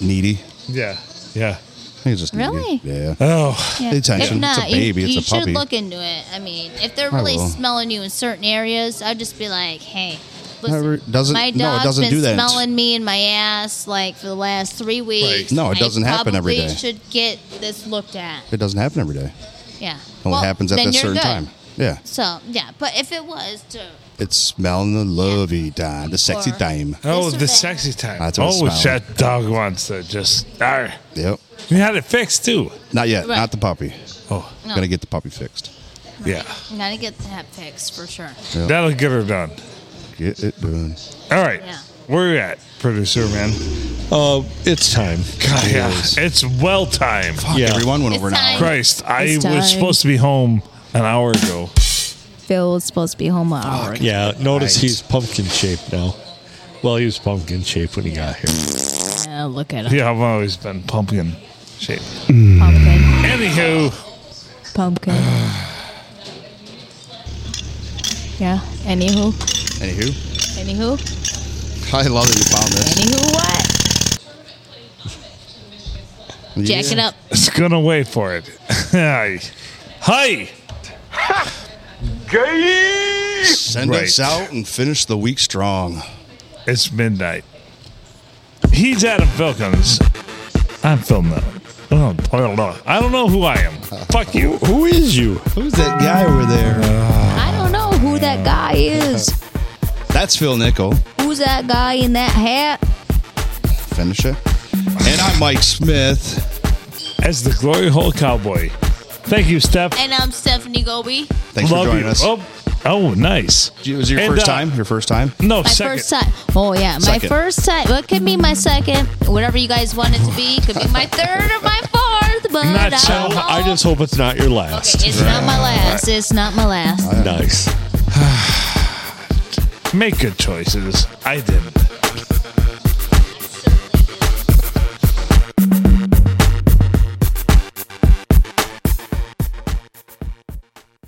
needy. Yeah, yeah. I think it's just needy. Really? Yeah. Oh, Yeah. Pay attention. If It's not, a baby. You, It's you a puppy. should look into it. I mean, if they're really will. smelling you in certain areas, I'd just be like, hey. However, Listen, it doesn't- my no, it dog's doesn't been do that. smelling me in my ass like for the last three weeks. No, it I doesn't happen every probably day. Should get this looked at. It doesn't happen every day. Yeah, It only Well, happens at then that you're certain good. time. Yeah. So yeah, but if it was to It's smelling the lovey time, the sexy Or- time. oh, or the that. sexy time. That's what oh, it's about. that dog wants to just. Arr. Yep. You had it fixed too. Not yet. Right. Not the puppy. Oh, No. Gotta get the puppy fixed. yeah. You gotta get that fixed for sure. That'll get her done. Get it done. All right. Yeah. Where you at, producer man? Uh, it's time. God, yeah. It's well time. Fuck, Yeah. everyone went It's over an hour. time. Christ, I It's was time. supposed to be home an hour ago. Phil was supposed to be home an hour. Yeah, notice Right. he's pumpkin shaped now. Well, he was pumpkin shaped when he got here. Yeah, look at him. Yeah, I've always been pumpkin shaped. Pumpkin. Anywho, Pumpkin. yeah. Anywho. Anywho, Anywho. I love that you found this. Anywho what? Yeah. Jack it up. it's gonna wait for it. Hi. Hi. Send Right. us out and finish the week strong. It's midnight. He's Adam Filkins. I'm Phil Miller. Oh, blah, blah. I don't know who I am. Fuck you. Who is you? Who's that guy over there? I don't know who that guy is. That's Phil Nickel. Who's that guy in that hat? Finish it. And I'm Mike Smith. As the Glory Hole Cowboy. Thank you, Steph. And I'm Stephanie Gobi. Thanks Love for joining you. us. Oh, oh, nice. It was your And, first uh, time? Your first time? No, My second. first time. Oh yeah, my Second. first time. What could be my second? Whatever you guys want it to be, could be my third or my fourth. But Not I so- don't know. I just hope it's not your Okay, last. it's not my last. It's not my last. Nice. Make good choices. I didn't.